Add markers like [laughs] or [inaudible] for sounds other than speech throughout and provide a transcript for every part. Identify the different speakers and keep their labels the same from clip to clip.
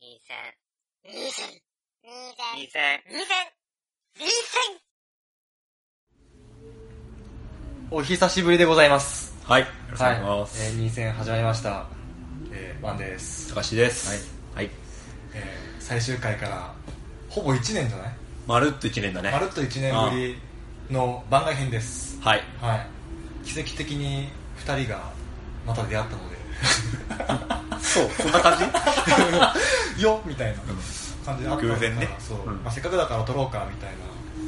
Speaker 1: 二千。
Speaker 2: 二千。二千。
Speaker 1: 二千。
Speaker 2: 二千。二千。
Speaker 3: お久しぶりでございます。
Speaker 4: はい、よろしくお願いします。
Speaker 3: えー、2戦始まりました。えー、ワンで
Speaker 4: 高
Speaker 3: す。
Speaker 4: 橋です。はい。
Speaker 3: えー、最終回から、ほぼ1年じゃない
Speaker 4: まるっと一年だね。
Speaker 3: まるっと1年ぶりの番外編です。
Speaker 4: はい。
Speaker 3: はい。奇跡的に2人がまた出会ったので、
Speaker 4: そう、そんな感
Speaker 3: [laughs]
Speaker 4: じ
Speaker 3: よっみたいな感じであったから
Speaker 4: 偶然ね
Speaker 3: そう、
Speaker 4: うん
Speaker 3: まあ、せっかくだから撮ろうかみたい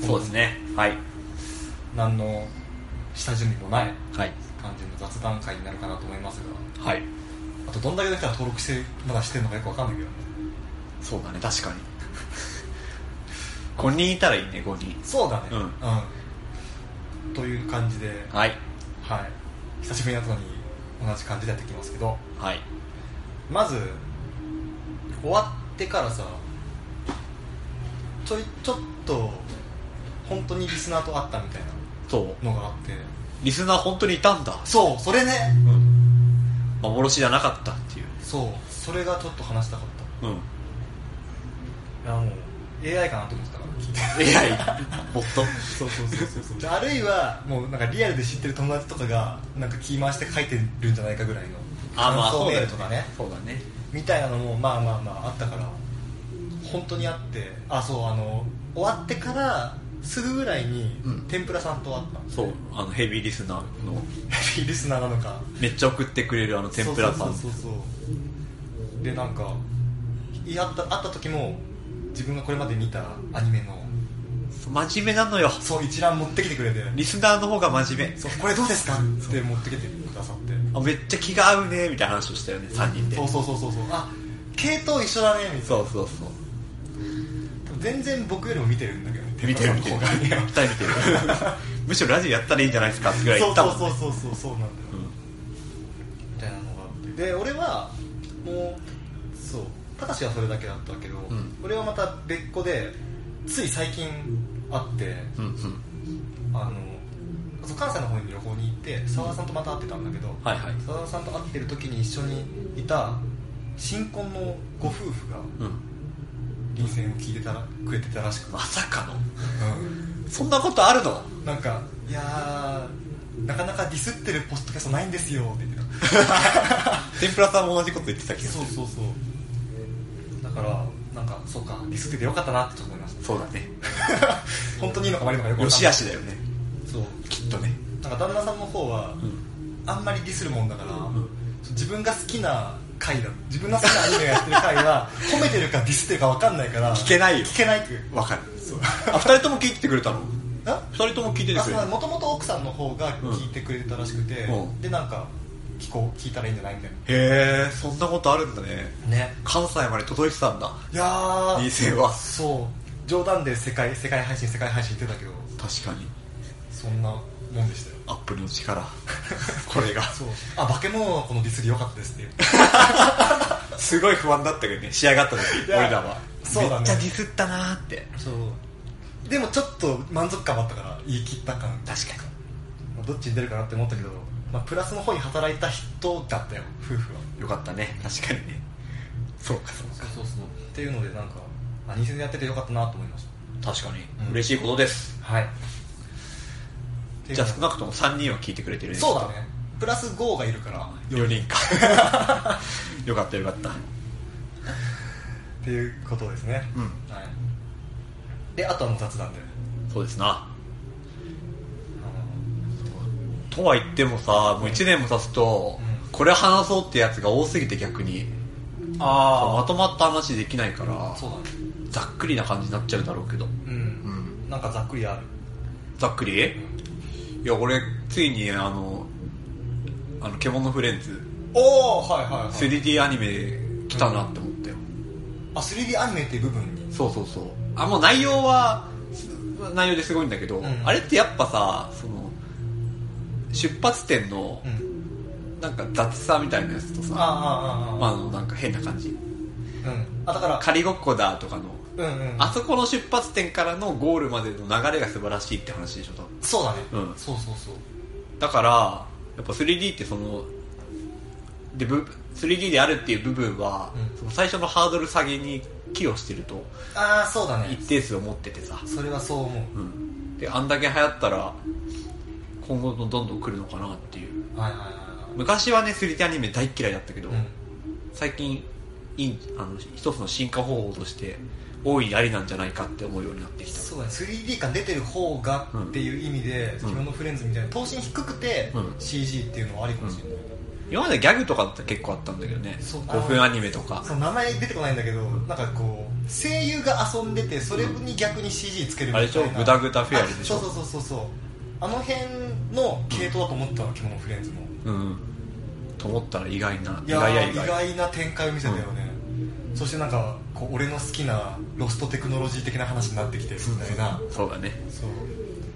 Speaker 3: な。
Speaker 4: [laughs] そうです。ね。はい。
Speaker 3: 何の下準備もない
Speaker 4: はい。
Speaker 3: 感じの雑談会になるかなと思います
Speaker 4: はい。
Speaker 3: が、あとどんだけの人が登録して、まだしてるのかよくわかんないけどね。
Speaker 4: そうだね、確かに。5人いたらいいね、5人。
Speaker 3: そうだね
Speaker 4: うん
Speaker 3: うんという感じで、
Speaker 4: はい。
Speaker 3: はい、久しぶりにやったのに同じ感じでやってきますけど
Speaker 4: はい。
Speaker 3: まず終わってからさちょいちょっと本当にリスナーと会ったみたい
Speaker 4: そう。
Speaker 3: なのがあって
Speaker 4: リスナー本当にいたんだ。
Speaker 3: そうそれね
Speaker 4: うん。幻じゃなかったっていう。
Speaker 3: そうそれがちょっと話したかっ
Speaker 4: うん。
Speaker 3: たいやもう AI かなと思ってたから聞いて
Speaker 4: AI、ボット。
Speaker 3: そうそうそうそう [laughs] そうであるいはもうなんかリアルで知ってる友達とかがなんか気回して書いてるんじゃないかぐらいの感想メールとかね
Speaker 4: そうだね。
Speaker 3: みたいなのもまあまあまああったから本当にあってあそうあの終わってからすぐぐらいに、
Speaker 4: うん
Speaker 3: 天ぷらさんと会ったんです
Speaker 4: そう、あの、ヘビーリスナーの、
Speaker 3: ヘビ [laughs] ーリスナーなのか
Speaker 4: めっちゃ送ってくれるあの天ぷらパン。
Speaker 3: そうそうそうそうでなんかいやった会った時も自分がこれまで見たアニメの
Speaker 4: 真面目なのよ。
Speaker 3: そう一覧持ってきてくれて
Speaker 4: リスナーの方が真面目。
Speaker 3: そうこれどうですかって持ってきてくださって
Speaker 4: あめっちゃ気が合うねみたいな話をしたよね3人で
Speaker 3: そうそうそうそうそうあ系統一緒だねみたいな
Speaker 4: そうそうそう
Speaker 3: 全然僕よりも見てるんだけどね
Speaker 4: 見てる見てる
Speaker 3: 天ぷらさんの方がね
Speaker 4: 絶対見てるむしろラジオやったらいいんじゃないですかってぐらい
Speaker 3: そ
Speaker 4: 言
Speaker 3: う
Speaker 4: った
Speaker 3: そ
Speaker 4: も、
Speaker 3: うん
Speaker 4: ね、
Speaker 3: そうそうそうそうなんだよ、みたいなのがあってで俺はもうそうたかしはそれだけだったけど、
Speaker 4: ん
Speaker 3: 俺はまた別個でつい最近会って
Speaker 4: うんうんうん
Speaker 3: あのそう関西の方に旅行に行って澤田さんとまた会ってたんだけど
Speaker 4: はいはい
Speaker 3: 澤田さんと会ってる時に一緒にいた新婚のご夫婦が
Speaker 4: うん
Speaker 3: 臨戦を聞いてたらくれてたらしくて
Speaker 4: ま、さかのそんなことある [laughs] の
Speaker 3: なんか「いやーなかなかディスってるポストキャストないんですよ」って言ってた
Speaker 4: 天ぷらさんも同じこと言ってたけど
Speaker 3: そうそうそうだからなんかそうかリスクでよかったなってちょっと思いました
Speaker 4: そうだね
Speaker 3: [laughs] 本当にいいのか悪いのかよくわ
Speaker 4: よ
Speaker 3: かん
Speaker 4: し
Speaker 3: ない
Speaker 4: あしだよね
Speaker 3: そう
Speaker 4: きっとね
Speaker 3: なんか旦那さんの方は、あんまりディスるもんだから、自分が好きな回だ自分が好きなアニメやってる回 [laughs] は褒めてるかディスってるかわかんないから
Speaker 4: 聞けないよ
Speaker 3: 聞けないっていう
Speaker 4: わかる
Speaker 3: そう
Speaker 4: あ二人とも聞いててくれたの
Speaker 3: あ
Speaker 4: 二人とも聞いててくれた
Speaker 3: もともと奥さんの方が聞いてくれてたらしくて、
Speaker 4: うん
Speaker 3: でなんか聞こう聞いたらいいんじゃないみたい
Speaker 4: へえそんなことあるんだね
Speaker 3: なね
Speaker 4: 関西まで届いてたんだ
Speaker 3: いやー
Speaker 4: 2世は
Speaker 3: そう冗談で世界世界配信世界配信言ってたけど
Speaker 4: 確かに
Speaker 3: そんなもんでしたよ
Speaker 4: アップルの力 [laughs] これが
Speaker 3: そうあ化け物のこのディスり良かったですっていう
Speaker 4: すごい不安だったけどね仕上がった時
Speaker 3: いや
Speaker 4: 俺らは
Speaker 3: そうだね
Speaker 4: めっちゃディスったなーって
Speaker 3: そうでもちょっと満足感もあったから言い切った感
Speaker 4: 確か
Speaker 3: どっちに出るかなって思ったけど、まあ、プラスの方に働いた人だったよ夫婦は
Speaker 4: によかったね確かにねそうかそう
Speaker 3: そうそうそうっていうのでなんかあ2戦やっててよかったなと思いまし
Speaker 4: 確かに、
Speaker 3: うん
Speaker 4: 嬉しいことです
Speaker 3: たはい
Speaker 4: じゃあ少なくとも3人は聞いてくれてる
Speaker 3: そうだねプラス5がいるから
Speaker 4: 4人か
Speaker 3: [laughs]
Speaker 4: よかったよかった
Speaker 3: っていうことですね、
Speaker 4: うん
Speaker 3: はい、であとはもう雑談で
Speaker 4: そうですな
Speaker 3: あ
Speaker 4: とは言ってもさもう1年も経つと、
Speaker 3: うん
Speaker 4: これ話そうってやつが多すぎて逆に
Speaker 3: の
Speaker 4: まとまった話できないから
Speaker 3: そうだね
Speaker 4: ざっくりな感じになっちゃうだろうけど
Speaker 3: う、
Speaker 4: うんん
Speaker 3: なんかざっくりある
Speaker 4: ざっくりいや俺ついにあの「あの獣フレンズ
Speaker 3: おおはいはい、は」
Speaker 4: 3D アニメ来たなって思ったよ、
Speaker 3: あ 3D アニメっていう部分に
Speaker 4: そうそうそうあもう内容はす内容ですごいんだけど、
Speaker 3: ん
Speaker 4: あれってやっぱさその出発点の
Speaker 3: うん
Speaker 4: なんか雑さみたいなやつとさ、
Speaker 3: ああああああ、
Speaker 4: まあ、あのなんか変な感じ
Speaker 3: うんあだから
Speaker 4: 仮ごっこだとかの
Speaker 3: うんうん
Speaker 4: あそこの出発点からのゴールまでの流れが素晴らしいって話でしょ多分
Speaker 3: そうだね、
Speaker 4: うん
Speaker 3: そうそうそう
Speaker 4: だからやっぱ 3D ってそのでぶ 3D であるっていう部分は、
Speaker 3: うん
Speaker 4: その最初のハードル下げに寄与してると
Speaker 3: ああそうだね
Speaker 4: 一定数思っててさ、
Speaker 3: それはそう思う
Speaker 4: うん、であんだけ流行ったら今後もどんどん来るのかなっていう
Speaker 3: はいはいは
Speaker 4: 昔はね 3D アニメ大っ嫌いだったけど、
Speaker 3: いはい、うん
Speaker 4: 最近いいあの一つの進化方法として大いにありなんじゃないかって思うようになってきた
Speaker 3: そうだね 3D 感出てる方がっていう意味で「
Speaker 4: うん
Speaker 3: 自分のフレンズ」みたいな等身低くて
Speaker 4: うん
Speaker 3: CG っていうのはありかもしれない、
Speaker 4: 今までギャグとかだって結構あったんだけどね
Speaker 3: そう
Speaker 4: 5分アニメとか
Speaker 3: その名前出てこないんだけどなんかこう声優が遊んでてそれに逆に CG つけるみ
Speaker 4: あ
Speaker 3: たい
Speaker 4: れ
Speaker 3: な
Speaker 4: でしょグダグダフェアリーでしょ
Speaker 3: あそうそうそうそうそうあの辺の系統だと思ったわ「着物フレンズ」も
Speaker 4: うんと思ったら意外ない意
Speaker 3: や
Speaker 4: 外や
Speaker 3: ー
Speaker 4: 意
Speaker 3: 意
Speaker 4: 外
Speaker 3: 外な展開を見せたよね、そしてなんかこう俺の好きなロストテクノロジー的な話になってきてるみたいな
Speaker 4: そうだね
Speaker 3: そう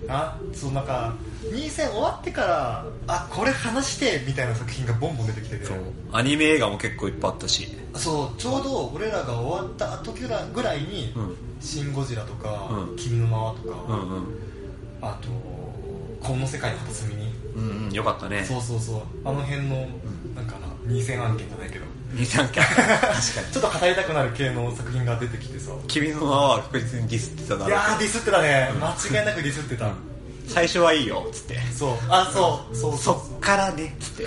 Speaker 3: あそうなんか2戦終わってからあこれ話してみたいな作品がボンボン出てきてて
Speaker 4: そうアニメ映画も結構いっぱいあったし
Speaker 3: そうちょうど俺らが終わった時ぐらいに「
Speaker 4: うん
Speaker 3: シン・ゴジラ」とか
Speaker 4: う
Speaker 3: 「
Speaker 4: ん
Speaker 3: 君の名は」とか、
Speaker 4: うんうん
Speaker 3: あと「この世界の片隅に
Speaker 4: うんうんよかった」ね
Speaker 3: そうそうそうあの辺のなんかな2戦案件じゃないけど
Speaker 4: 23回 [laughs] 確かに
Speaker 3: ちょっと語りたくなる系の作品が出てきてさ
Speaker 4: 君の名は確実にディスってただろう
Speaker 3: い
Speaker 4: けど
Speaker 3: やーディスってたね間違いなくディスってた、
Speaker 4: 最初はいいよっつって
Speaker 3: そうあそうそう
Speaker 4: そ
Speaker 3: そう
Speaker 4: っからねっつって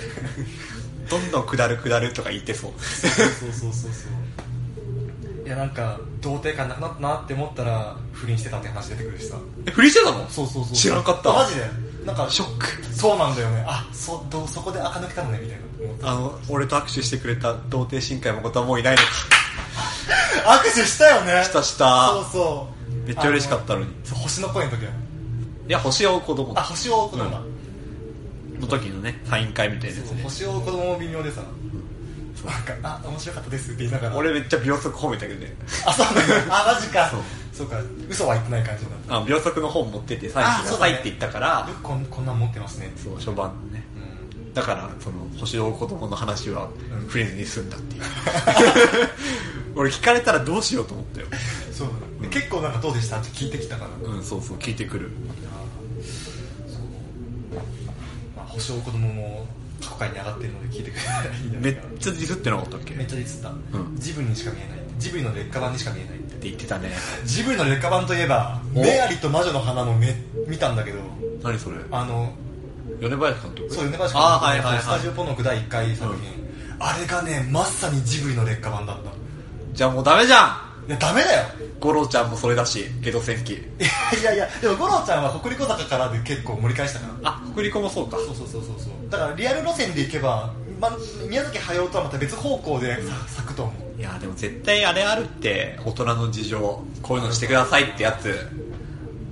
Speaker 4: どんどん下る下るとか言って [laughs] そう
Speaker 3: そうそうそうそういやなんか童貞感なくなったなって思ったら不倫してたって話出てくるしさ
Speaker 4: え不倫してたの
Speaker 3: そうそうそう
Speaker 4: 知らんかった
Speaker 3: あマジでなんか
Speaker 4: ショック
Speaker 3: そうなんだよねあそどうそこで垢抜けたのねみたいな思った
Speaker 4: あの俺と握手してくれた童貞深海誠はもういないのか
Speaker 3: 握手したよね
Speaker 4: したした
Speaker 3: そうそう
Speaker 4: めっちゃ嬉しかったのに
Speaker 3: あそう星の声の時だよ
Speaker 4: いや星を追う子供
Speaker 3: あ星を追う子供だ、
Speaker 4: うの時のねサイン会みたいなやつ
Speaker 3: そう
Speaker 4: ね
Speaker 3: 星を追う子供も微妙でさ、なんかあ面白かったですって言いながら
Speaker 4: 俺めっちゃ秒速褒めたけどね
Speaker 3: あそうなんだあマジか
Speaker 4: そう
Speaker 3: そうか嘘は言ってない感じになっ
Speaker 4: あ秒速の本持っててサイン
Speaker 3: あ
Speaker 4: しな
Speaker 3: そうだね
Speaker 4: さいって言ったから
Speaker 3: たよくこんこんなん持ってますね
Speaker 4: そう初版のね
Speaker 3: うん
Speaker 4: だからその星を追う子供の話は
Speaker 3: うん
Speaker 4: フレンズにすんだっていう [laughs] 俺聞かれたらどうしようと思ったよ
Speaker 3: そうだね、で結構なんかどうでしたって聞いてきたから、
Speaker 4: うんそうそう聞いてくる
Speaker 3: まあ、保証子供も過去回に上がってるので聞いてくれたらいいんじゃな
Speaker 4: め
Speaker 3: い
Speaker 4: っ
Speaker 3: かな
Speaker 4: ちゃディスってなかったっけっ
Speaker 3: めってちゃディスった、
Speaker 4: ん
Speaker 3: ジブリにしか見えないってジブリの劣化版にしか見えないって
Speaker 4: 言ってたね
Speaker 3: ジブリの劣化版といえば「
Speaker 4: お
Speaker 3: メアリと魔女の花」もめ見たんだけど
Speaker 4: 何それ
Speaker 3: あの
Speaker 4: 米林監督
Speaker 3: そう米林監督の
Speaker 4: あーはいはい
Speaker 3: スタ
Speaker 4: は
Speaker 3: ジオポノク第1回作品、あれがねまさにジブリの劣化版だったい
Speaker 4: いじゃあもうダメじゃん
Speaker 3: やダメだよ
Speaker 4: 五郎ちゃんもそれだしゲド戦記
Speaker 3: いやいやいやでも五郎ちゃんは北陸坂からで結構盛り返したから
Speaker 4: あ北陸もそうか
Speaker 3: そうそうそうそうそうだからリアル路線でいけば、ま、宮崎駿とはまた別方向でさ咲くと思う
Speaker 4: いやーでも絶対あれあるって大人の事情こういうのしてくださいってやつ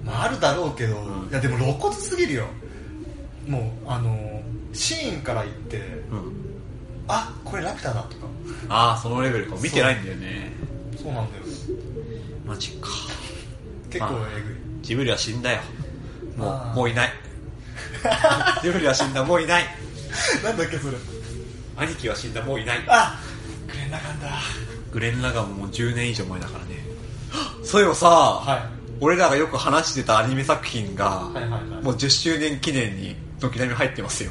Speaker 3: まあ、あるだろうけど、
Speaker 4: うん
Speaker 3: いやでも露骨すぎるよもうあのーシーンから言って
Speaker 4: うん
Speaker 3: あこれラピュタだとか
Speaker 4: ああそのレベルか見てないんだよね
Speaker 3: そうなんだよ
Speaker 4: マジか
Speaker 3: 結構
Speaker 4: まあ
Speaker 3: えぐい、
Speaker 4: ジブリは死んだよも
Speaker 3: あー
Speaker 4: うもういないジブリは死んだもういない
Speaker 3: [laughs] なんだっけそれ
Speaker 4: 兄貴は死んだもういない
Speaker 3: あくれなかった
Speaker 4: グレン・ラガンももう10年以上前だからねそういえばさ、
Speaker 3: はい
Speaker 4: 俺らがよく話してたアニメ作品が、
Speaker 3: はいはいはい
Speaker 4: もう10周年記念に軒並み入ってますよ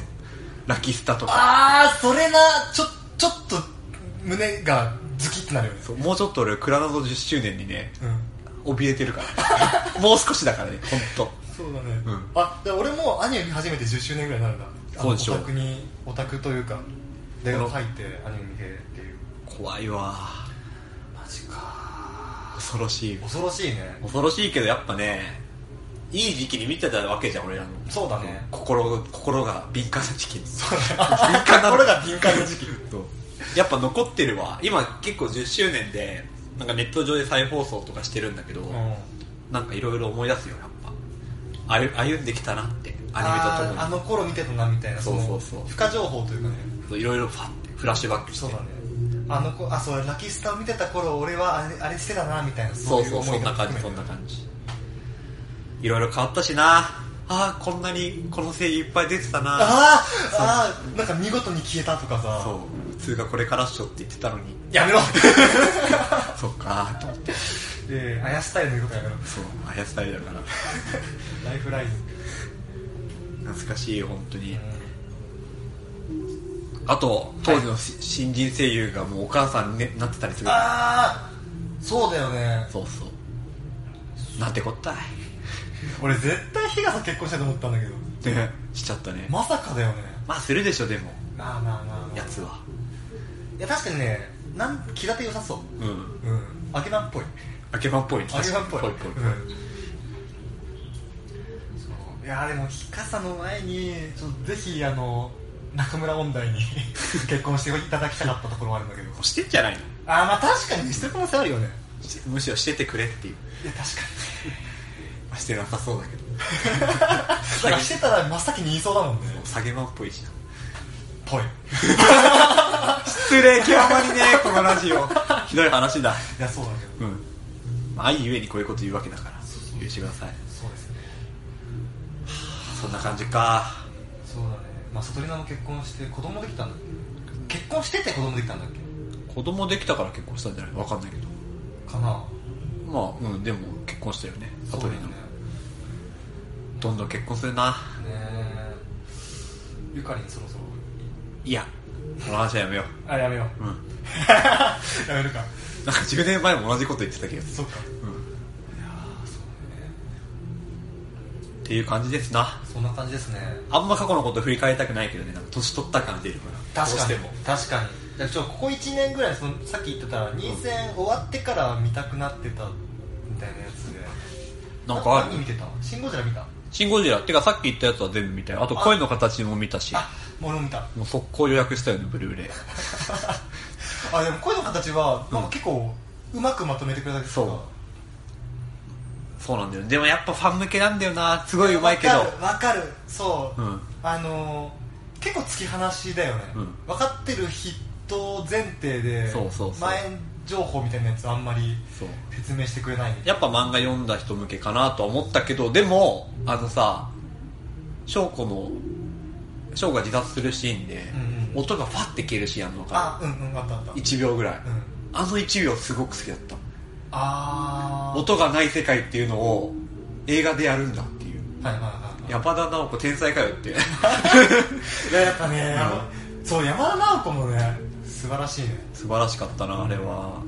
Speaker 4: ラキスタとか
Speaker 3: ああそれなちょちょっと胸がズキってなるよね
Speaker 4: そうもうちょっと俺クラナド10周年にね
Speaker 3: うん
Speaker 4: 怯えてるか
Speaker 3: [laughs]
Speaker 4: らもう少しだからね本当。
Speaker 3: そうだね、
Speaker 4: うん
Speaker 3: あで俺もアニメ見始めて10周年ぐらいになるんだ
Speaker 4: そうでしょ
Speaker 3: あのオタクにオタクというか大学入ってアニメ見てっていう
Speaker 4: 怖いわ
Speaker 3: マジか
Speaker 4: 恐ろしい
Speaker 3: 恐ろしいね
Speaker 4: 恐ろしいけどやっぱねいい時期に見てたわけじゃん俺らの
Speaker 3: そうだね
Speaker 4: 心心が敏感な時期
Speaker 3: そう
Speaker 4: 敏感なの
Speaker 3: 心が敏感な時期
Speaker 4: そうやっぱ残ってるわ今結構10周年でなんかネット上で再放送とかしてるんだけど、
Speaker 3: うん
Speaker 4: なんかいろいろ思い出すよやっぱ歩歩んできたなってアニメと
Speaker 3: あーあ
Speaker 4: とも
Speaker 3: の頃見てたなみたいな
Speaker 4: そうそう
Speaker 3: の
Speaker 4: そう
Speaker 3: 不可情報というかね
Speaker 4: にいろいろファってフラッシュバックして
Speaker 3: そうだねあの子あそうラキスタを見てた頃俺はあれあれしてたなみたいな
Speaker 4: そう
Speaker 3: い
Speaker 4: そうそ
Speaker 3: 思い
Speaker 4: んな
Speaker 3: が
Speaker 4: 感じ
Speaker 3: 含
Speaker 4: そん
Speaker 3: めて
Speaker 4: な感じいろいろ変わったしなああこんなにこの声優いっぱい出てたな
Speaker 3: あーあーなんか見事に消えたとかさ
Speaker 4: そう普通がこれからっしょって言ってたのに
Speaker 3: やめろ [laughs]
Speaker 4: そっかーと思って
Speaker 3: であやしたいの言うことやめろ
Speaker 4: そうあやさいだから
Speaker 3: ライフライン
Speaker 4: 懐かしいよ本当にあと当時のし、新人声優がもうお母さんに、ね、なってたりする
Speaker 3: ああそうだよね
Speaker 4: そうそうなんてこったい
Speaker 3: 俺絶対日傘結婚したいと思ったんだけど
Speaker 4: ねしちゃったねま
Speaker 3: まさかだよね
Speaker 4: あするでしょでも
Speaker 3: まあまあまあ、まあ、
Speaker 4: やつは
Speaker 3: はいや確かにねなん気立て良さそう
Speaker 4: うん
Speaker 3: うんあけなっぽい
Speaker 4: あけまっぽい
Speaker 3: あけなっぽい
Speaker 4: ぽいぽいぽい
Speaker 3: うんそういやでも日傘の前にちょっとぜひあの中村音大に [laughs] 結婚していただきたかったところはあるんだけど
Speaker 4: もうしてんじゃないの
Speaker 3: ああまあ確かにしてる可能性あるよね
Speaker 4: しむしろしててくれっていう、
Speaker 3: いや確かに
Speaker 4: まあ、してなさそうだけど
Speaker 3: だからしてたら真っ先に言いそうだ [laughs] もんね
Speaker 4: 下げまっぽいしな
Speaker 3: ぽいい
Speaker 4: 失礼極まりねこのラジオひどい話だ
Speaker 3: やそうだけど
Speaker 4: うんまあ愛ゆえにこういうこと言うわけだから許してください
Speaker 3: そうですね
Speaker 4: そんな感じか
Speaker 3: そうだねまあ悟りなも結婚して子供できたんだっけ結婚してて子供できたんだっけ
Speaker 4: 子供できたから結婚したんじゃないわかんないけど
Speaker 3: かな
Speaker 4: まあうんでも結婚したよね
Speaker 3: そ
Speaker 4: サ
Speaker 3: う
Speaker 4: ト
Speaker 3: だ
Speaker 4: リ
Speaker 3: よ
Speaker 4: の
Speaker 3: ね
Speaker 4: どんどん結婚するな
Speaker 3: ねえゆかりにそろそろ
Speaker 4: いやこの話はやめよ
Speaker 3: あやめよ
Speaker 4: ううん
Speaker 3: うやめるか
Speaker 4: なんか10年前も同じこと言ってたけど
Speaker 3: そっか
Speaker 4: うん
Speaker 3: いやーそうだね
Speaker 4: っていう感じですな
Speaker 3: そんな感じですね
Speaker 4: あんま過去のこと振り返りたくないけどねなんか年取った感出るから
Speaker 3: 確か
Speaker 4: どう
Speaker 3: に
Speaker 4: しても
Speaker 3: 確かにじゃあちょっとここ1年ぐらいそのさっき言ってた人選終わってから見たくなってたみたいなやつで
Speaker 4: なんかあ
Speaker 3: 何見て
Speaker 4: る
Speaker 3: たシン・ゴジラ見た
Speaker 4: シン・ゴジラってかさっき言ったやつは全部見たよあと声の形も見たし
Speaker 3: あもう俺も見
Speaker 4: [laughs]
Speaker 3: た
Speaker 4: もう速攻予約したよねブルーレイ
Speaker 3: あでも声の形はなんか結構うまくまとめてくれたけど
Speaker 4: そうそうなんだよでもやっぱファン向けなんだよなすごいうまいけど
Speaker 3: わかるわかるそう、
Speaker 4: うん
Speaker 3: あのー結構突き放しだよね、
Speaker 4: うん
Speaker 3: 分かってる人前提で
Speaker 4: そうそうそう
Speaker 3: 前情報みたいなやつあんまり
Speaker 4: そう
Speaker 3: 説明してくれない
Speaker 4: やっぱ漫画読んだ人向けかなとは思ったけどでもあのさ翔子の翔子が自殺するシーンで、
Speaker 3: うんうん
Speaker 4: 音がファッて消えるシーンあるのか
Speaker 3: あうんうんあったあった
Speaker 4: 1秒ぐらい、
Speaker 3: うん
Speaker 4: あの1秒すごく好きだった
Speaker 3: あ
Speaker 4: 音がない世界っていうのを映画でやるんだっていう
Speaker 3: あはいはいはいはい
Speaker 4: 山田直子天才かよっ
Speaker 3: [laughs]
Speaker 4: ていう
Speaker 3: いややっぱね、あのそう山田直子もね素晴らしいね
Speaker 4: 素晴らしかったなあれは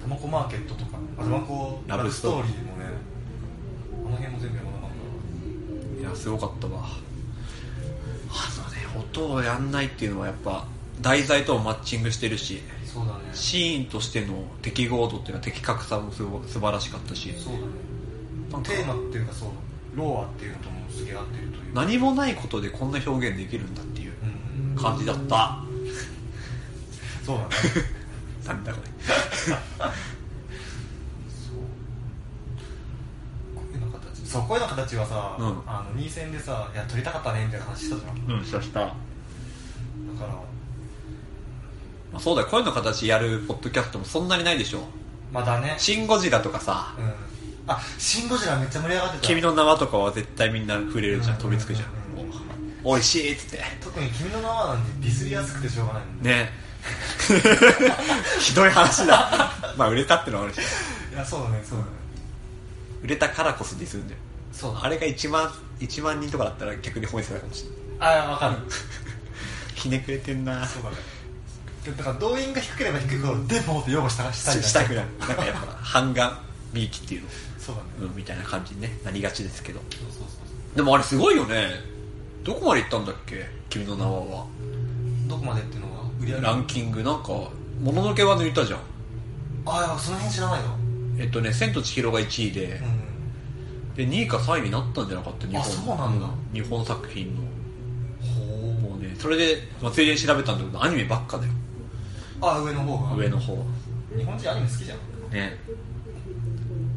Speaker 3: タマコマーケットとかあタマコ
Speaker 4: ラブストーリー
Speaker 3: ラブもねあの辺も全部山田直
Speaker 4: いやすごかったわあのね音をやんないっていうのはやっぱ題材ともマッチングしてるし
Speaker 3: 子そうだね
Speaker 4: シーンとしての適合度っていうか的確さもすご素晴らしかったし
Speaker 3: そうだね
Speaker 4: なんか
Speaker 3: テーマっていうかそうローアっていうのともすげえ合ってるという
Speaker 4: 何もないことでこんな表現できるんだっていう
Speaker 3: うん
Speaker 4: 感じだった
Speaker 3: そうだね
Speaker 4: なんだこ
Speaker 3: そう声の形そう声の形はさ、
Speaker 4: うん
Speaker 3: あの2戦でさ「いや撮りたかったね」みたいな話したじゃん
Speaker 4: れうんしたした、ま
Speaker 3: だから
Speaker 4: あ、そうだよ声の形やるポッドキャストもそんなにないでしょ
Speaker 3: まだね
Speaker 4: 「シン・ゴジラ」とかさ
Speaker 3: うんあシン・ゴジラめっちゃ盛り上がって
Speaker 4: 「
Speaker 3: た
Speaker 4: 君の名は」とかは絶対みんな触れるじゃん
Speaker 3: うん
Speaker 4: 飛びつくじゃん
Speaker 3: うん
Speaker 4: 「おいしい」っつって
Speaker 3: 特に「君の名は」なんてディスりやすくてしょうがないもんね
Speaker 4: ね [laughs] ひどい話だまあ売れたってのはあるし
Speaker 3: いやそうだねそうだね
Speaker 4: 売れたからこそディスるんだよ
Speaker 3: そうだ
Speaker 4: あれが1万1万人とかだったら逆に褒めてたかもしれない
Speaker 3: あわかる
Speaker 4: ひねくれてんな
Speaker 3: そうだねでだから動員が低ければ低いほど「でも」って擁護したしたい
Speaker 4: ししたくないなんかやっぱ半眼ビーキっていうの、
Speaker 3: そうだね、
Speaker 4: うん、みたいな感じに、ね、なりがちですけど
Speaker 3: そうそうそう
Speaker 4: でもあれすごいよねどこまで行ったんだっけ君の名は
Speaker 3: どこまでっていうのは売り上
Speaker 4: は
Speaker 3: げ
Speaker 4: ランキングなんかもののけは抜いたじゃん
Speaker 3: あいやその辺知らないよ
Speaker 4: えっとね「千と千尋」が1位で,、
Speaker 3: うん
Speaker 4: で2位か3位になったんじゃなかった日本
Speaker 3: あそうなんだ
Speaker 4: 日本作品のほうねそれで、まあ、ついでに調べたんだけどアニメばっかだよ
Speaker 3: あ上の方が
Speaker 4: 上の方は
Speaker 3: 日本人アニメ好きじゃん
Speaker 4: ね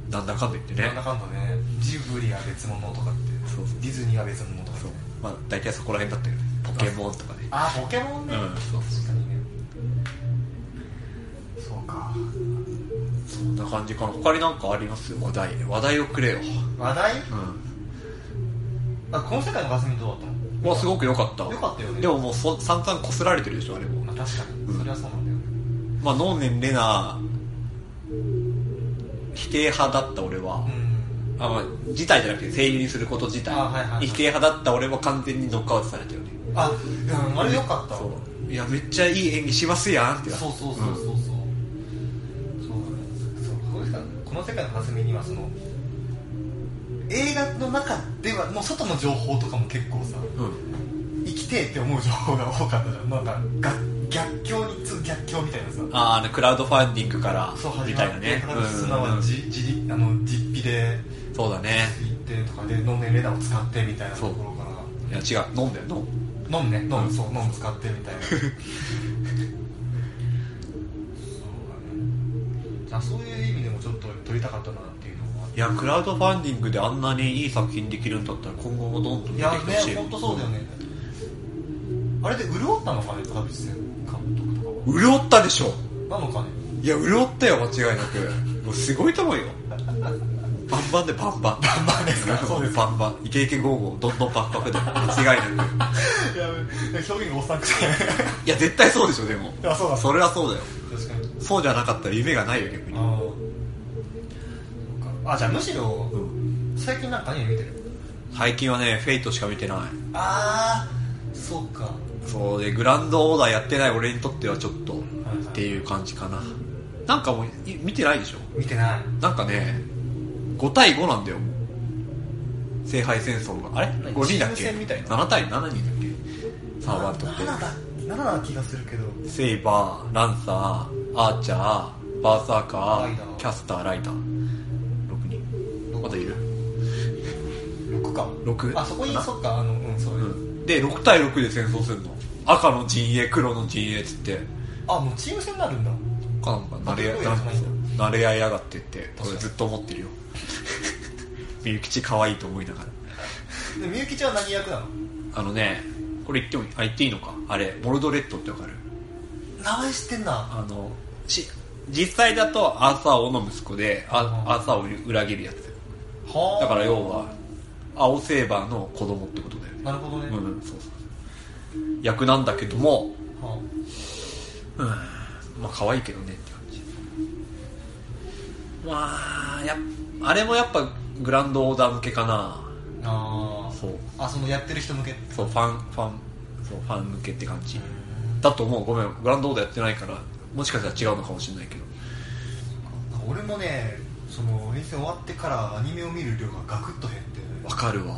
Speaker 4: なんだかんだ言ってね
Speaker 3: なんだかんだねジブリは別物とかって
Speaker 4: そうそう
Speaker 3: ディズニーは別物とかって
Speaker 4: そうまあ大体そこら辺だったよねポケモンとかね
Speaker 3: あポケモンね、
Speaker 4: うんそう
Speaker 3: 確かにねそうか
Speaker 4: そんな感じかな他になんかあります話題話題をくれよ
Speaker 3: 話題
Speaker 4: うん
Speaker 3: あこの世界の霞どうだったの
Speaker 4: まあすごく良かった
Speaker 3: 良かったよね
Speaker 4: でももうそ散々こすられてるでしょあれも
Speaker 3: まあ確かにそれはそうなんだよね
Speaker 4: まあ能年レナ否定派だった俺は、
Speaker 3: うん
Speaker 4: あまあ自体じゃなくて声優にすること自体、
Speaker 3: あはいはいはい
Speaker 4: 否定派だった俺は完全にノックアウトされたよね
Speaker 3: あうんあれよかった
Speaker 4: そ
Speaker 3: そう
Speaker 4: いやめっちゃいい演技しますやんって
Speaker 3: う
Speaker 4: な
Speaker 3: そうそうそうそうそうなんですそうこの世界この世界の片隅にはその映画の中ではもう外の情報とかも結構さ
Speaker 4: うん、
Speaker 3: 生きてえって思う情報が多かったじゃんなんかが逆境に次ぐ逆境みたいなさ
Speaker 4: ああのクラウドファンディングから
Speaker 3: そう
Speaker 4: み
Speaker 3: 始
Speaker 4: た
Speaker 3: ま
Speaker 4: いな
Speaker 3: って
Speaker 4: ね
Speaker 3: か
Speaker 4: う
Speaker 3: ら
Speaker 4: ん
Speaker 3: すなわち自力あの実費で
Speaker 4: そうだね
Speaker 3: 行ってとかでノンネレダーを使ってみたいなところから
Speaker 4: いや違う飲んだよ飲む
Speaker 3: 飲むね飲
Speaker 4: う
Speaker 3: む
Speaker 4: ん
Speaker 3: そう飲む使ってみ [laughs] たいなそうだねじゃあそういう意味でもちょっと撮りたかったなっていうのはい
Speaker 4: やクラウドファンディングであんなにいい作品できるんだったら今後もどんどん
Speaker 3: い
Speaker 4: 出
Speaker 3: や
Speaker 4: てきてほしい
Speaker 3: ね本当そうだよねあれで潤ったのかね田口千監督とか
Speaker 4: 潤ったでしょ
Speaker 3: はなのかね
Speaker 4: いや潤ったよ間違いな
Speaker 3: [laughs]
Speaker 4: くもうすごいと思うよバンバンでバンバンバンバン
Speaker 3: ですかそうです
Speaker 4: バンバンイケイケゴーゴーどんどんパクパクで間違い
Speaker 3: [laughs]
Speaker 4: なく
Speaker 3: いや表現がおっさんくて
Speaker 4: いや絶対そうでしょでも
Speaker 3: いやそうだ
Speaker 4: それはそうだよ
Speaker 3: 確かに
Speaker 4: そうじゃなかったら夢がないよ逆に
Speaker 3: あああじゃあむしろ
Speaker 4: うん
Speaker 3: 最近なんかアニメ見てる
Speaker 4: 最近はねフェイトしか見てない
Speaker 3: ああそうか
Speaker 4: そうでグランドオーダーやってない俺にとってはちょっと
Speaker 3: はいはい
Speaker 4: っていう感じかななんかもうい見てないでしょ
Speaker 3: 見てない
Speaker 4: なんかね5対5なんだよ聖杯戦争があれ
Speaker 3: 何
Speaker 4: ?5 人だっけ
Speaker 3: チーム戦みたいな
Speaker 4: 7対7人だっけ3番取って
Speaker 3: 7だ7な気がするけど
Speaker 4: セイバーランサーアーチャーバーサーカ
Speaker 3: ライダー
Speaker 4: ーキャスターライダー6人まだいる
Speaker 3: 6か
Speaker 4: 六
Speaker 3: あそこに
Speaker 4: かな
Speaker 3: そっかあのうんそういう、
Speaker 4: で6対6で戦争するの赤の陣営黒の陣営っつって
Speaker 3: あもうチーム戦になるんだ
Speaker 4: かなんか慣れや
Speaker 3: あそういうのじゃないん
Speaker 4: 慣れ合いやがってって
Speaker 3: かに
Speaker 4: 俺ずっと思っ
Speaker 3: [laughs]
Speaker 4: てるよみゆきち可愛いと思いながら
Speaker 3: でみゆきちゃんは何役なの
Speaker 4: あのねこれ言ってもいいあ言っていいのかあれモルドレッドってわかる
Speaker 3: 名前知ってんな
Speaker 4: あのし実際だとアーサー王の息子であ
Speaker 3: うん
Speaker 4: アーサー王を裏切るやつ
Speaker 3: は
Speaker 4: だから要は青セーバーの子供ってことだよね
Speaker 3: なるほどね、
Speaker 4: うんうんそうそう役なんだけども
Speaker 3: は
Speaker 4: うんまあ可愛いけどねって感じまあやっあれもやっぱグランドオーダー向けかな
Speaker 3: ああ
Speaker 4: そう
Speaker 3: あそのやってる人向け
Speaker 4: そうファンファンそうファン向けって感じだと思うごめんグランドオーダーやってないからもしかしたら違うのかもしれないけど
Speaker 3: なんか俺もねその遠征終わってからアニメを見る量がガクッと減っ
Speaker 4: わかるわ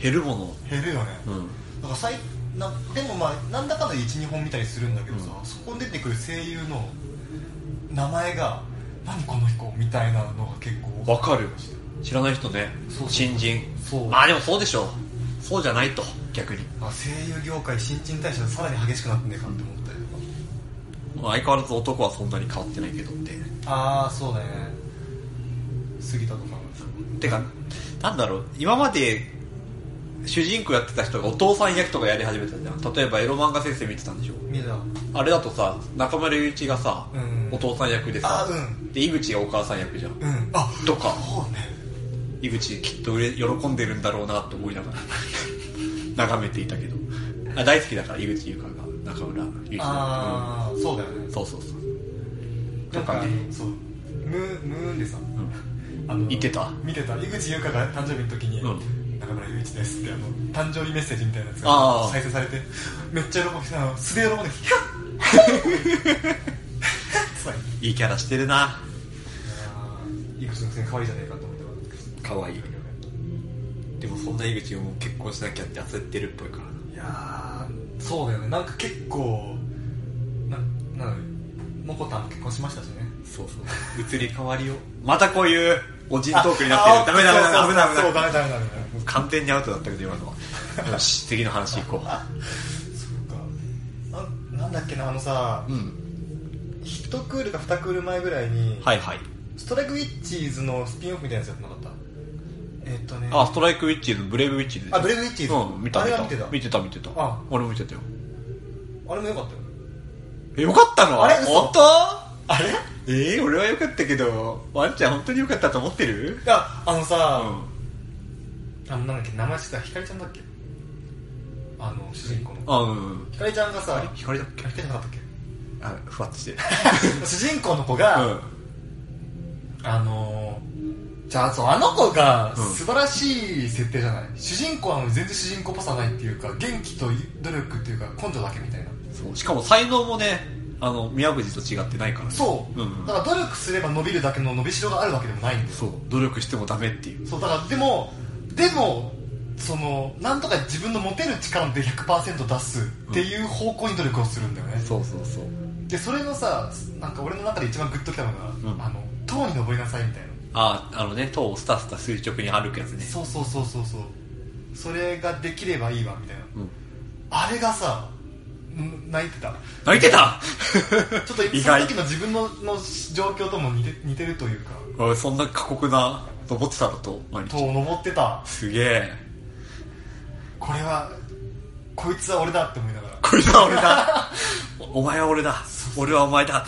Speaker 4: 減るも
Speaker 3: て減るよね、
Speaker 4: のうん
Speaker 3: なんか最なでもまあなんだかんだ12本見たりするんだけどさ、
Speaker 4: う
Speaker 3: そこに出てくる声優の名前が「何この人」みたいなのが結構
Speaker 4: わかる知らない人ね
Speaker 3: そう
Speaker 4: 新人
Speaker 3: そう
Speaker 4: まあでもそうでしょうそうじゃないと逆に
Speaker 3: あ声優業界新陳代謝でさらに激しくなってねえかって思ったりとか
Speaker 4: まあ相変わらず男はそんなに変わってないけどって
Speaker 3: ああそうだね杉田とか
Speaker 4: てかなんだろう今まで主人公やってた人がお父さん役とかやり始めたじゃん例えばエロ漫画先生見てたんでしょ
Speaker 3: 見た
Speaker 4: あれだとさ中村雄一がさ、
Speaker 3: うん
Speaker 4: お父さん役で
Speaker 3: あ
Speaker 4: さ、
Speaker 3: う
Speaker 4: で井口がお母さん役じゃん、
Speaker 3: うんあ
Speaker 4: とか
Speaker 3: そうね
Speaker 4: 井口きっとうれ喜んでるんだろうなと思いながら [laughs] 眺めていたけどあ大好きだから井口優香が中村ゆ一が、
Speaker 3: ああ、そうだよね
Speaker 4: うんそうそうそ
Speaker 3: な
Speaker 4: う、と
Speaker 3: ん
Speaker 4: か
Speaker 3: か
Speaker 4: ね
Speaker 3: そうムームーンでさあの
Speaker 4: 言ってた
Speaker 3: 見てた井口優香が誕生日の時に「
Speaker 4: う
Speaker 3: 中村雄一です」ってあの誕生日メッセージみたいなやつ
Speaker 4: あ
Speaker 3: が
Speaker 4: ー
Speaker 3: 再生されてめっちゃ喜びあの素で喜んで「ヒャッ!」
Speaker 4: [laughs]
Speaker 3: [laughs] つらい
Speaker 4: いいキャラしてるな
Speaker 3: 井口のくせに可愛いじゃねえかと思って
Speaker 4: 可愛いでもそんな井口も結婚しなきゃって焦ってるっぽいから
Speaker 3: いやーそうだよねなんか結構ななんだろうもこたんも結婚しましたしね
Speaker 4: そうそう移り変わりをまたこういうおじんトークになって
Speaker 3: あ
Speaker 4: る
Speaker 3: あ
Speaker 4: ダメダメダ
Speaker 3: そう
Speaker 4: メダメダ
Speaker 3: そう
Speaker 4: メ
Speaker 3: ダ
Speaker 4: ダメ
Speaker 3: メダメダメダメ
Speaker 4: もう完全にアウトだったけど今の [laughs] はよし次の話行こ
Speaker 3: そっかななんだっけなあのさ
Speaker 4: ううん
Speaker 3: 一クールか二クール前ぐらいに、
Speaker 4: はいはい
Speaker 3: ストライクウィッチーズのスピンオフみたいなやつやってなかったえっとね
Speaker 4: あストライクウィッチーズブレイブウィッチーズ
Speaker 3: あブレイブウィッチーズ
Speaker 4: うん見た
Speaker 3: あ
Speaker 4: 見
Speaker 3: れ
Speaker 4: た
Speaker 3: は見てた
Speaker 4: 見てた見てた
Speaker 3: あ
Speaker 4: 俺も見てたよ
Speaker 3: あれもよかったよ
Speaker 4: えよかったの
Speaker 3: あれ嘘
Speaker 4: 本当
Speaker 3: あれい
Speaker 4: えー、俺はよかったけどワンちゃん本当によかったと思ってる
Speaker 3: やあの
Speaker 4: う
Speaker 3: さ、
Speaker 4: ん
Speaker 3: あのなんだっけ名前知ってたひかりちゃんだっけあの主人公の
Speaker 4: あうん
Speaker 3: ひかりちゃんがさひか
Speaker 4: 光だっ
Speaker 3: り
Speaker 4: け
Speaker 3: ちゃんじゃなかったっけ
Speaker 4: あふ [laughs] わっとしてる
Speaker 3: 主人公の子が、
Speaker 4: うん
Speaker 3: あのーじゃあそうあの子が
Speaker 4: うん
Speaker 3: 素晴らしい設定じゃない、主人公なのに全然主人公っぽさないっていうか元気と努力っていうか根性だけみたいな
Speaker 4: そうしかも才能もねあの宮藤と違ってないから、ね、
Speaker 3: そう、
Speaker 4: うんうん
Speaker 3: だから努力すれば伸びるだけの伸びしろがあるわけでもないんです
Speaker 4: そう努力してもダメっていう
Speaker 3: そうだからでもでもそのなんとか自分の持てる力で100%出すっていう方向に努力をするんだよね、
Speaker 4: そうそうそう
Speaker 3: でそれのさなんか俺の中で一番グッときたのが、
Speaker 4: ん
Speaker 3: あの塔に登りなさいみたいな
Speaker 4: あああのね塔をスタスタ垂直に歩くやつね
Speaker 3: そうそうそうそうそうそれができればいいわみたいな、
Speaker 4: うん
Speaker 3: あれがさん泣い [laughs] てた
Speaker 4: 泣いてた [laughs]
Speaker 3: ちょっと
Speaker 4: 意
Speaker 3: その
Speaker 4: 外
Speaker 3: 時の自分のの状況とも似て似てるというか
Speaker 4: 俺そんな過酷な登ってたのと毎
Speaker 3: 塔
Speaker 4: 日
Speaker 3: を登ってた
Speaker 4: すげえ
Speaker 3: これはこいつは俺だって思いなが
Speaker 4: これだ俺だ [laughs] おお前は俺だ俺はお前だ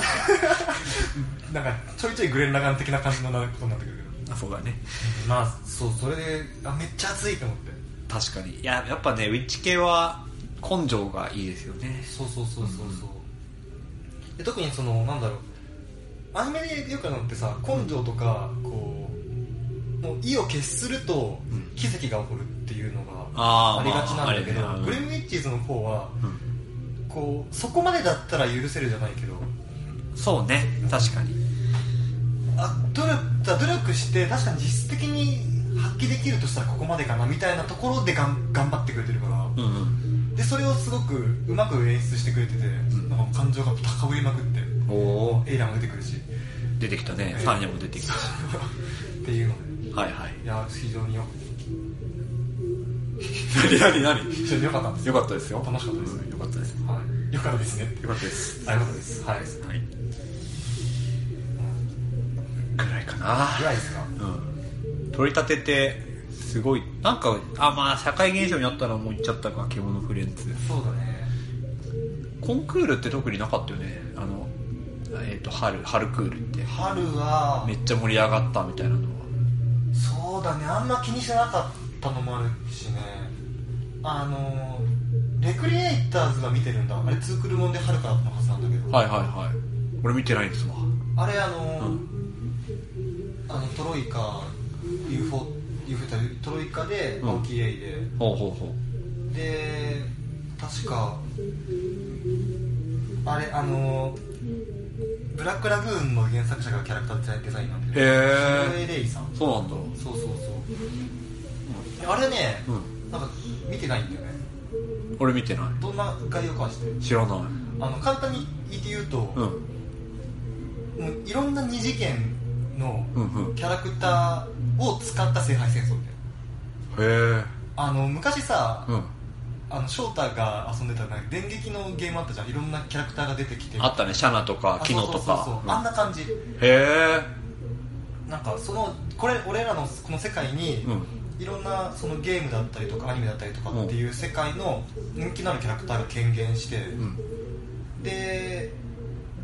Speaker 3: らなんかちょいちょいグレン・ラガン的な感じのなことになってくるけど
Speaker 4: あそうだね
Speaker 3: まあそうそれであめっちゃ熱いと思って
Speaker 4: 確かにいややっぱねウィッチ系は根性がいいですよね
Speaker 3: そうそうそうそうそう、で特にそのなんだろうアニメでよくあるのってさ根性とかこうもう意を決すると
Speaker 4: うん
Speaker 3: 奇跡が起こるっていうのが
Speaker 4: あー
Speaker 3: ありがちなんだけど、
Speaker 4: まああれね
Speaker 3: グレムウィッチーズの方は
Speaker 4: うん
Speaker 3: こうそこまでだったら許せるじゃないけど
Speaker 4: そうね確かに
Speaker 3: あ努力だ努力して確かに実質的に発揮できるとしたらここまでかなみたいなところでがん頑張ってくれてるから、
Speaker 4: うんうん
Speaker 3: でそれをすごくうまく演出してくれてて、なんか感情が高ぶりまくって
Speaker 4: おお
Speaker 3: エイラも出てくるし
Speaker 4: 出てきたね
Speaker 3: ええ
Speaker 4: サーニャも出てきたし
Speaker 3: っていうので
Speaker 4: はいはい
Speaker 3: いや非常によ
Speaker 4: 何何何
Speaker 3: 非常に良かったんです
Speaker 4: よ
Speaker 3: よ
Speaker 4: かったですよ
Speaker 3: 楽しかったです
Speaker 4: うんよかったです
Speaker 3: はいよかったですね
Speaker 4: よかったです
Speaker 3: あよかったですはい
Speaker 4: はいぐらいかな
Speaker 3: ぐらいですか
Speaker 4: うん取り立ててすごいなんかあまあ社会現象になったらもう言っちゃったか「獣フレンズ
Speaker 3: そうだね」
Speaker 4: コンクールって特になかったよねあのえっ、と春春クールって
Speaker 3: 春は
Speaker 4: めっちゃ盛り上がったみたいなのは
Speaker 3: そうだねあんま気にしてなかったのもあるしねあのレクリエイターズが見てるんだあれツークルモンで春からのはずなんだけど、
Speaker 4: はいはいはい俺見てないんですわ
Speaker 3: あれあの、
Speaker 4: う
Speaker 3: あのトロイカ UFO, UFO ってトロイカで
Speaker 4: うん
Speaker 3: 大きいエイで、
Speaker 4: ほうほうほ
Speaker 3: で確かあれあのブラックラグーンの原作者がキャラクターデザインなん
Speaker 4: う
Speaker 3: で
Speaker 4: へえ
Speaker 3: レイさん
Speaker 4: そうなんだ
Speaker 3: そうそうそう、あれね、
Speaker 4: う
Speaker 3: なんか見てないんだよね
Speaker 4: 俺見てな
Speaker 3: どんな概要かはして
Speaker 4: い知らない
Speaker 3: あの簡単に言って言うと、
Speaker 4: うん
Speaker 3: もういろんな二次元の
Speaker 4: うんうん
Speaker 3: キャラクターを使った聖杯戦争みたい
Speaker 4: へえ
Speaker 3: なあの昔さ、
Speaker 4: うん
Speaker 3: あの翔太が遊んでたなんか電撃のゲームあったじゃんいろんなキャラクターが出てきて
Speaker 4: あったねシャナとかキノ
Speaker 3: あそ
Speaker 4: と
Speaker 3: うそうそうそうあん
Speaker 4: か
Speaker 3: な感じ
Speaker 4: うんへえ
Speaker 3: なんかそのこれ俺らのこの世界に、
Speaker 4: うん
Speaker 3: いろんなそのゲームだったりとかアニメだったりとかっていう世界の人気のあるキャラクターが権限して、
Speaker 4: うん
Speaker 3: で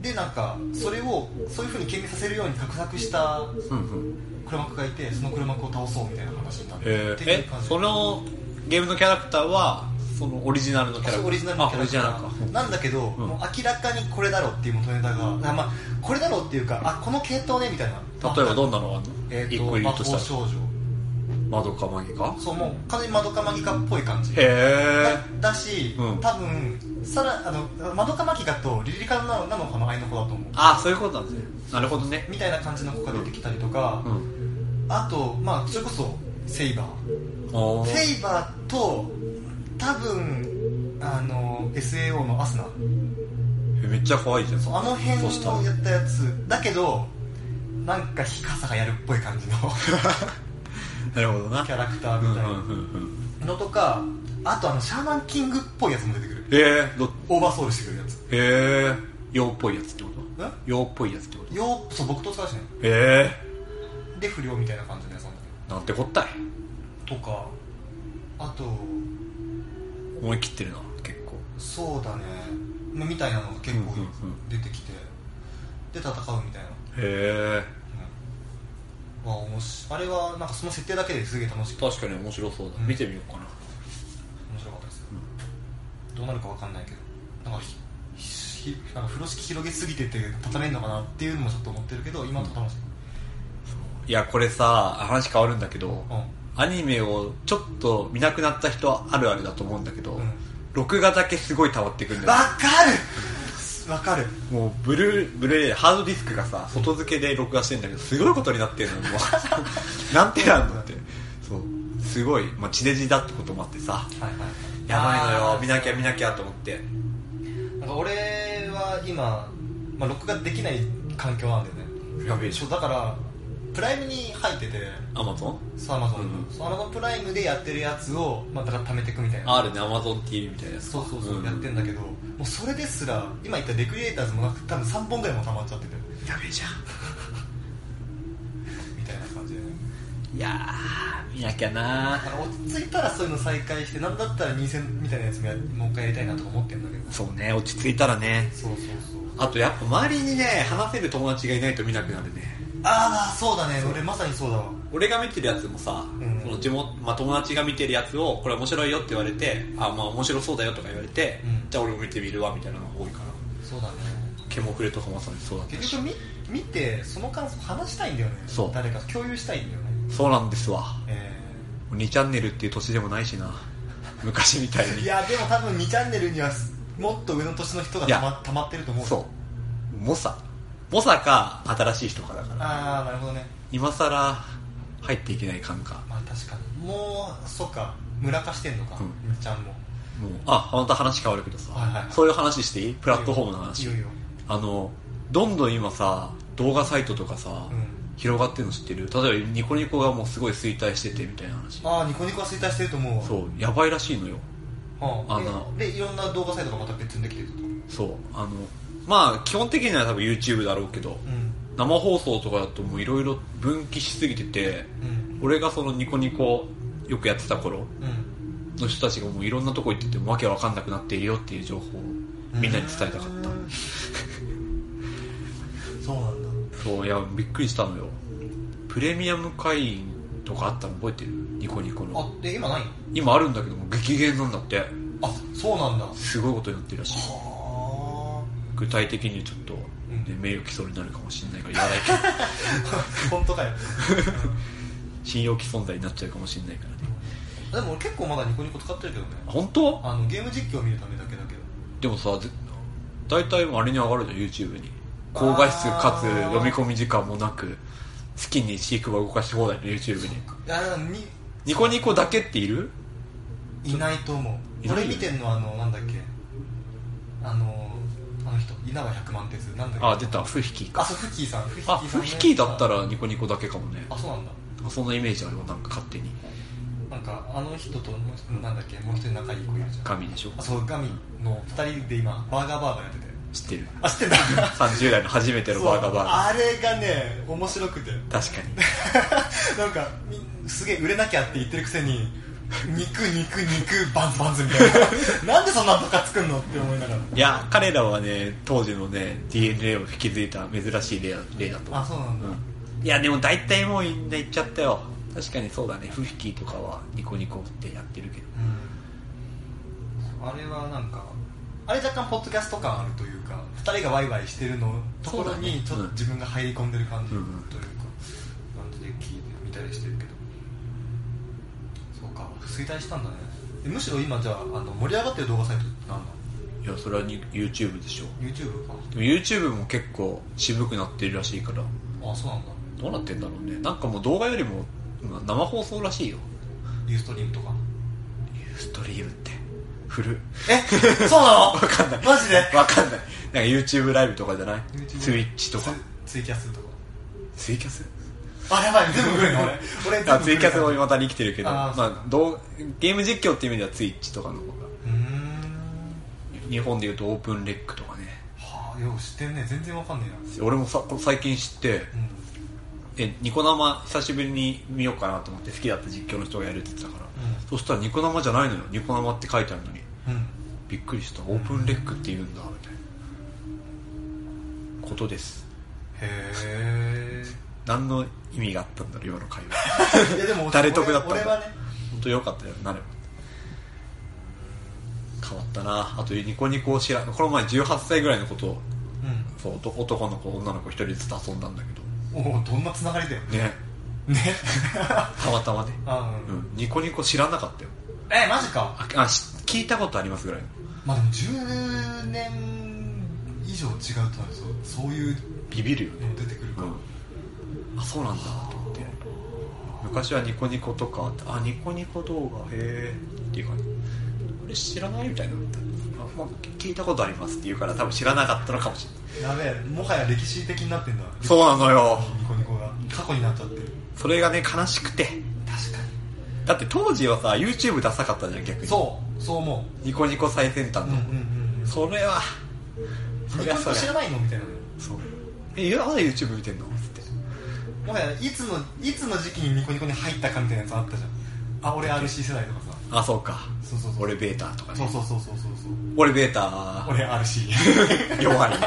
Speaker 3: でなんかそれをそういうふうに権限させるように画策した
Speaker 4: うんうん
Speaker 3: 黒幕がいてその黒幕を倒そうみたいな話になって
Speaker 4: え
Speaker 3: って
Speaker 4: ー
Speaker 3: いう
Speaker 4: え
Speaker 3: 感じ
Speaker 4: そのゲームのキャラクターはそのオリジナルのキャラクター
Speaker 3: オリジナルのキャ
Speaker 4: あオ
Speaker 3: ラ
Speaker 4: リ
Speaker 3: ク
Speaker 4: ジ
Speaker 3: タ
Speaker 4: ナル
Speaker 3: ー
Speaker 4: か
Speaker 3: なんだけど、
Speaker 4: うん
Speaker 3: もう明らかにこれだろうっていう元ネタが、あまあ、これだろうっていうかあこの系統ねみたいな
Speaker 4: 例えばどん
Speaker 3: な
Speaker 4: なのがあんの
Speaker 3: え
Speaker 4: 一
Speaker 3: ー、
Speaker 4: 個
Speaker 3: と
Speaker 4: 入
Speaker 3: 魔
Speaker 4: り
Speaker 3: 法
Speaker 4: とした
Speaker 3: 少女
Speaker 4: ら窓かマギか
Speaker 3: そうもう完全にマドカマギカっぽい感じ
Speaker 4: へえ
Speaker 3: だだし、
Speaker 4: うん
Speaker 3: 多分さらあのマドカマギカとリリカなのなのかの愛の子だと思う
Speaker 4: あそういうことなんですねなるほどね
Speaker 3: みたいな感じの子が出てきたりとか
Speaker 4: う、ん
Speaker 3: あとまあそれこそセイバー
Speaker 4: おー
Speaker 3: セイバーと多分あの SAO のアスナ
Speaker 4: えめっちゃ可愛いじゃん
Speaker 3: そうあの辺
Speaker 4: そしたら
Speaker 3: をやったやつだけどなんか日傘がやるっぽい感
Speaker 4: [laughs]
Speaker 3: じの
Speaker 4: なるほどな
Speaker 3: キャラクター
Speaker 4: うんう
Speaker 3: み
Speaker 4: ん
Speaker 3: たい
Speaker 4: うんうん
Speaker 3: なのとかあとあのシャーマンキングっぽいやつも出てくる
Speaker 4: へえど
Speaker 3: オーバーソウルしてくるやつ
Speaker 4: へえ洋っぽいやつってこと
Speaker 3: ん
Speaker 4: 洋っぽいやつってことへ
Speaker 3: ようそう僕と使うしね
Speaker 4: え
Speaker 3: で不良みたいな感じのやつなんだ
Speaker 4: なんてこったい
Speaker 3: けどとかあと
Speaker 4: 思い切ってるな結構
Speaker 3: そうだねまみたいなのが結構
Speaker 4: うんうんうん
Speaker 3: 出てきてで戦うみたいな、
Speaker 4: へえ
Speaker 3: うんまあ、おもしあれはなんかその設定だけですげえ楽しくて
Speaker 4: 確かに面白そうだ
Speaker 3: うん
Speaker 4: 見てみようかな
Speaker 3: 面白かったですよ、どうなるかわかんないけどなんかひひひなんか風呂敷広げすぎてて畳めんのかなっていうのもちょっと思ってるけど今のとこ楽しい、
Speaker 4: あいやこれさ話変わるんだけど、
Speaker 3: うん
Speaker 4: アニメをちょっと見なくなった人あるあるだと思うんだけど、
Speaker 3: ん
Speaker 4: 録画だけすごい溜まってくるんだ
Speaker 3: わ
Speaker 4: よ
Speaker 3: か [laughs] るわかる
Speaker 4: もうブルーブルーレイハードディスクがさ外付けで録画してんだけどすごいことになってるのよもうなんてなんだってそうすごい、まあ、地デジだってこともあってさ
Speaker 3: はいはい
Speaker 4: やばいの
Speaker 3: あ
Speaker 4: よ
Speaker 3: ー
Speaker 4: 見なきゃ見なきゃと思って
Speaker 3: なんか俺は今、まあ、録画できない環境なんだよね
Speaker 4: やべえ
Speaker 3: そうだからプライムに入ってて
Speaker 4: アマゾン
Speaker 3: そうアマゾ
Speaker 4: う
Speaker 3: ン
Speaker 4: んうん
Speaker 3: アマゾンプライムでやってるやつを、まあ、だから貯めていくみたいな
Speaker 4: あるねアマゾン TV みたいなやつ
Speaker 3: そうそうそう、
Speaker 4: ん
Speaker 3: やってんだけどもうそれですら今言ったレクリエイターズもなく多分3本ぐらいも溜まっちゃってて
Speaker 4: やべえじゃ
Speaker 3: みたいな感じでね
Speaker 4: んいやー見なきゃな
Speaker 3: だから落ち着いたらそういうの再開してなんだったら2000みたいなやつもやもう一回やりたいなとか思ってんだけど
Speaker 4: そうね落ち着いたらね
Speaker 3: そうそうそう
Speaker 4: あとやっぱ周りにね話せる友達がいないと見なくなるね
Speaker 3: ああそうだね俺まさにそうだわ
Speaker 4: 俺が見てるやつもさ、
Speaker 3: ん
Speaker 4: その地元まあ、友達が見てるやつをこれ面白いよって言われてあまあ面白そうだよとか言われて、
Speaker 3: うん
Speaker 4: じゃあ俺も見てみるわみたいなのが多いから
Speaker 3: そうだね
Speaker 4: ケモフレとかまさにそうだった
Speaker 3: 結
Speaker 4: し
Speaker 3: 局み見てその感想話したいんだよね
Speaker 4: そう
Speaker 3: 誰か共有したいんだよね
Speaker 4: そうなんですわ
Speaker 3: え
Speaker 4: 2チャンネルっていう年でもないしな昔みたい
Speaker 3: ー
Speaker 4: に
Speaker 3: いやでも多分2チャンネルにはすもっと上の年の人が
Speaker 4: いや
Speaker 3: たまたまってると思う
Speaker 4: そう猛者猛者か新しい人かだから
Speaker 3: ああなるほどね
Speaker 4: 今さら入っていけない感か
Speaker 3: まあ確かにもうそっか村化してんのか
Speaker 4: うん
Speaker 3: みっちゃんも
Speaker 4: もうあまた話変わるけどさ、
Speaker 3: はいはいはい
Speaker 4: そういう話していいプラットフォームの話
Speaker 3: いいよいいよ
Speaker 4: あのどんどん今さ動画サイトとかさ、
Speaker 3: うん
Speaker 4: 広がってるの知ってる例えばニコニコがもうすごい衰退しててみたいな話
Speaker 3: ああニコニコは衰退してると思うわ
Speaker 4: そうやばいらしいのよ
Speaker 3: はあ
Speaker 4: あの
Speaker 3: ででいろんな動画サイトがまた別にできてるってこと
Speaker 4: そうあのまあ基本的には多分 YouTube だろうけど、
Speaker 3: うん
Speaker 4: 生放送とかだともういろいろ分岐しすぎてて、
Speaker 3: うん
Speaker 4: 俺がそのニコニコよくやってた頃
Speaker 3: うん
Speaker 4: の人たちがもういろんなとこ行っててもわけわかんなくなっているよっていう情報をみんなに伝えたかった、
Speaker 3: うんそうなんだ
Speaker 4: そういやびっくりしたのよプレミアム会員とかあったの覚えてるニコニコの
Speaker 3: あで今ない
Speaker 4: 今あるんだけども激減なんだって
Speaker 3: あそうなんだ
Speaker 4: すごいことになってるらしい
Speaker 3: は
Speaker 4: 具体的にちょっと、ね
Speaker 3: うん
Speaker 4: 名誉毀損になるかもしれないから言わないけど
Speaker 3: あ本当かよ [laughs]
Speaker 4: 信用毀損罪になっちゃうかもしれないから
Speaker 3: で
Speaker 4: ね
Speaker 3: も俺結構まだニコニコ使ってるけどね
Speaker 4: 本当
Speaker 3: あのゲーム実況を見るためだけだけど
Speaker 4: でもさぜ大体あれに上がるじゃん YouTube に高画質かつ
Speaker 3: あー
Speaker 4: 読み込み時間もなく好きに飼育は動かして放題の YouTube に
Speaker 3: いやでもに
Speaker 4: ニコニコだけっている
Speaker 3: いないと思
Speaker 4: いうない
Speaker 3: 俺見てんのはあのなんだっけあのあの人稲葉百万鉄なんだっけ
Speaker 4: あ出たフヒキ
Speaker 3: あ
Speaker 4: か
Speaker 3: そうフッキーさんフッキ
Speaker 4: あ
Speaker 3: ーさ
Speaker 4: フ
Speaker 3: んね
Speaker 4: ヒキだったらニコニコだけかもね
Speaker 3: あそうなんだ
Speaker 4: そんなイメージあるわなんか勝手に
Speaker 3: なんかあの人ともう一人なんだっけもう一人仲いい子いるじゃん
Speaker 4: 神でしょ
Speaker 3: あそうガミの2人で今バーガーバーガーやってて
Speaker 4: 知ってる
Speaker 3: あ知ってんだ
Speaker 4: 30代の初めてのバーガーバーガ
Speaker 3: そうあれがね面白くて [laughs]
Speaker 4: ー確かに
Speaker 3: なんかみすげえ売れなきゃって言ってるくせに肉肉肉バンズバンズみたいな [laughs] なんでそんなバカ作んのって思いながら
Speaker 4: いや彼らはね当時のね DNA を引き継いだ珍しい例だ例だと思う
Speaker 3: あそうなんだ、
Speaker 4: いやでも大体もうみんな行っちゃったよ確かにそうだねフフキーとかはニコニコってやってるけど
Speaker 3: うんあれはなんかあれ若干ポッドキャスト感あるというか2人がワイワイしてるのところにち
Speaker 4: そ
Speaker 3: ょ
Speaker 4: う
Speaker 3: っ
Speaker 4: だ
Speaker 3: と
Speaker 4: ねうん
Speaker 3: 自分が入り込んでる感じと
Speaker 4: う
Speaker 3: いうん
Speaker 4: うん
Speaker 3: か感じで聞いてみたりしてるけどそうか衰退したんだねえむしろ今じゃああの盛り上がってる動画サイトって何なの
Speaker 4: いやそれはに YouTube でしょ
Speaker 3: YouTube か
Speaker 4: でも YouTube も結構渋くなってるらしいから
Speaker 3: あそうなんだ
Speaker 4: どうなってんだろうねなんかもう動画よりもまあ生放送らしいよ
Speaker 3: ユーストリームとか
Speaker 4: ユーストリームって古っ [laughs]
Speaker 3: えそうなの
Speaker 4: わかんない
Speaker 3: マジで
Speaker 4: わかんないなんか YouTube ライブとかじゃない
Speaker 3: YouTube
Speaker 4: ツイッチとか
Speaker 3: ツツイキャスとか
Speaker 4: ツイキャス
Speaker 3: あやばい全部グレーの俺俺全部グレーな
Speaker 4: あ
Speaker 3: の
Speaker 4: ツイキャスも未だに生きてるけど
Speaker 3: あー
Speaker 4: まあ、動ゲーム実況っていう意味ではツイッチとかの方が
Speaker 3: うーん
Speaker 4: 日本でいうとオープンレックとかね
Speaker 3: はあよう知ってんね全然わかんねえな
Speaker 4: 俺もさこれ最近知って
Speaker 3: う
Speaker 4: えニコ生久しぶりに見ようかなと思って好きだった実況の人がやるって言ってたから、
Speaker 3: うん
Speaker 4: そしたらニコ生じゃないのよニコ生って書いてあるのに
Speaker 3: んうん
Speaker 4: びっくりしたオープンレックって言うんだみたいなことです
Speaker 3: へ
Speaker 4: 何の意味があったんだろう今の会話
Speaker 3: え [laughs] いやでも
Speaker 4: 誰得だったんだ
Speaker 3: 俺俺はね
Speaker 4: 本当良かったよなれば変わったなあとニコニコを知らこの前18歳ぐらいのことをそうおと男の子女の子一人ずつ遊んだんだけど
Speaker 3: うんおおどんなつながりだよ
Speaker 4: ね
Speaker 3: ね [laughs]
Speaker 4: たまたまね、
Speaker 3: あ
Speaker 4: う
Speaker 3: うん
Speaker 4: ん、ニコニコ知らなかったよ
Speaker 3: えマジか
Speaker 4: ああし聞いたことありますぐらいの
Speaker 3: まあでも10年以上違うとなるとそういう
Speaker 4: ビビるよね
Speaker 3: の出てくるか
Speaker 4: う
Speaker 3: ら、
Speaker 4: ん、あそうなんだと思って昔はニコニコとかあってあニコニコ動画へえっていう感じ俺知らないみたいなあ、まあ、聞いたことありますって言うから多分知らなかったのかもしれない
Speaker 3: やべえもはや歴史的になってんだ
Speaker 4: そうなのよ
Speaker 3: ニコニコが過去になっちゃってる
Speaker 4: それがね悲しくて
Speaker 3: 確か
Speaker 4: だって当時はさ YouTube ダサかったじゃん逆に
Speaker 3: そうそう思
Speaker 4: ニコニコ最先端
Speaker 3: う
Speaker 4: の、
Speaker 3: うん
Speaker 4: それはそ
Speaker 3: ニ
Speaker 4: り
Speaker 3: コ
Speaker 4: ゃ
Speaker 3: ニ
Speaker 4: そ
Speaker 3: コ
Speaker 4: り
Speaker 3: 知ら
Speaker 4: ゃ
Speaker 3: ないのみたいな
Speaker 4: そうえ今まだ YouTube 見てんのつって
Speaker 3: もはやいつのいつの時期にニコニコに入ったかみたいなやつあったじゃんあ俺 RC 世代とかさ
Speaker 4: あそうか
Speaker 3: そうそうそう
Speaker 4: 俺ベータとかね
Speaker 3: そうそうそうそうそうそう
Speaker 4: 俺ベータ
Speaker 3: 俺 RC
Speaker 4: 弱い [laughs]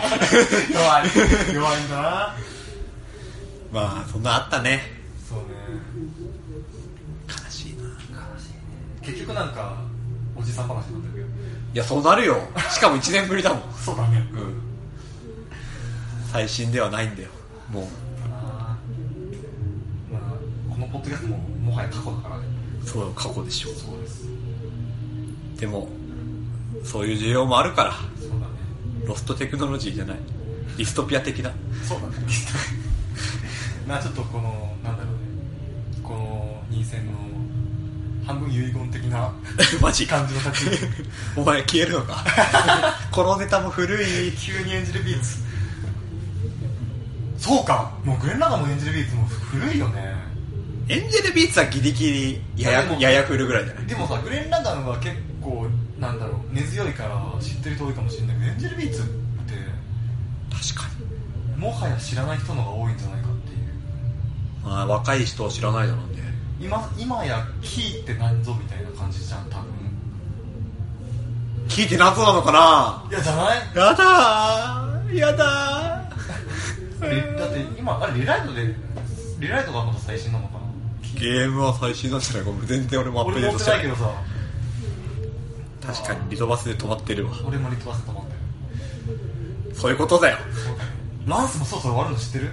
Speaker 3: 弱い弱いんだな
Speaker 4: まあそんなあったね
Speaker 3: そうね
Speaker 4: 悲しいな
Speaker 3: 結局なんかおじさん話になってるけど
Speaker 4: いやそうなるよしかも1年ぶりだもん
Speaker 3: そうだね
Speaker 4: うん最新ではないんだよも
Speaker 3: まあこのポッドキャストももはや過去だからね
Speaker 4: うそう過去でしょ
Speaker 3: そうです
Speaker 4: でもそういう需要もあるから
Speaker 3: そうだね
Speaker 4: ロストテクノロジーじゃないディストピア的な [laughs]
Speaker 3: そう [laughs] だねまあちょっとこのなんだろうねこの2戦の半分遺言的な
Speaker 4: マ
Speaker 3: [laughs]
Speaker 4: ジ
Speaker 3: 感じの作品
Speaker 4: お前消えるのか [laughs] このネタも古い
Speaker 3: 急にエンジェルビーツそうかもうグレン・ラガンのエンジェルビーツも古いよね
Speaker 4: エンジェルビーツはギリギリや
Speaker 3: いやで
Speaker 4: や
Speaker 3: も
Speaker 4: やや古ぐらいじゃない
Speaker 3: でもさグレン・ラガンは結構なんだろう根強いから知ってる人多いかもしれないけどエンジェルビーツって
Speaker 4: 確かに、
Speaker 3: もはや知らない人の方が多いんじゃないかっていう
Speaker 4: まあ、若い人を知らないだろうね
Speaker 3: 今今やキーって何ぞみたいな感じじゃん多分
Speaker 4: 聞いて謎なのかない
Speaker 3: やじゃない
Speaker 4: やだーやだ
Speaker 3: えだっ
Speaker 4: ー
Speaker 3: て今あれリライトでリライトがまだ最新なのかな
Speaker 4: ゲームは最新なんじゃないごめん全然俺もアップ
Speaker 3: 俺
Speaker 4: デー
Speaker 3: 持
Speaker 4: ト
Speaker 3: っ
Speaker 4: しててな
Speaker 3: ないいけどさ
Speaker 4: 確かにリトバスで止まってるわ
Speaker 3: 俺もリトバスと思ってる
Speaker 4: そういうことだよ
Speaker 3: ランスもそろそろ終わるの知ってる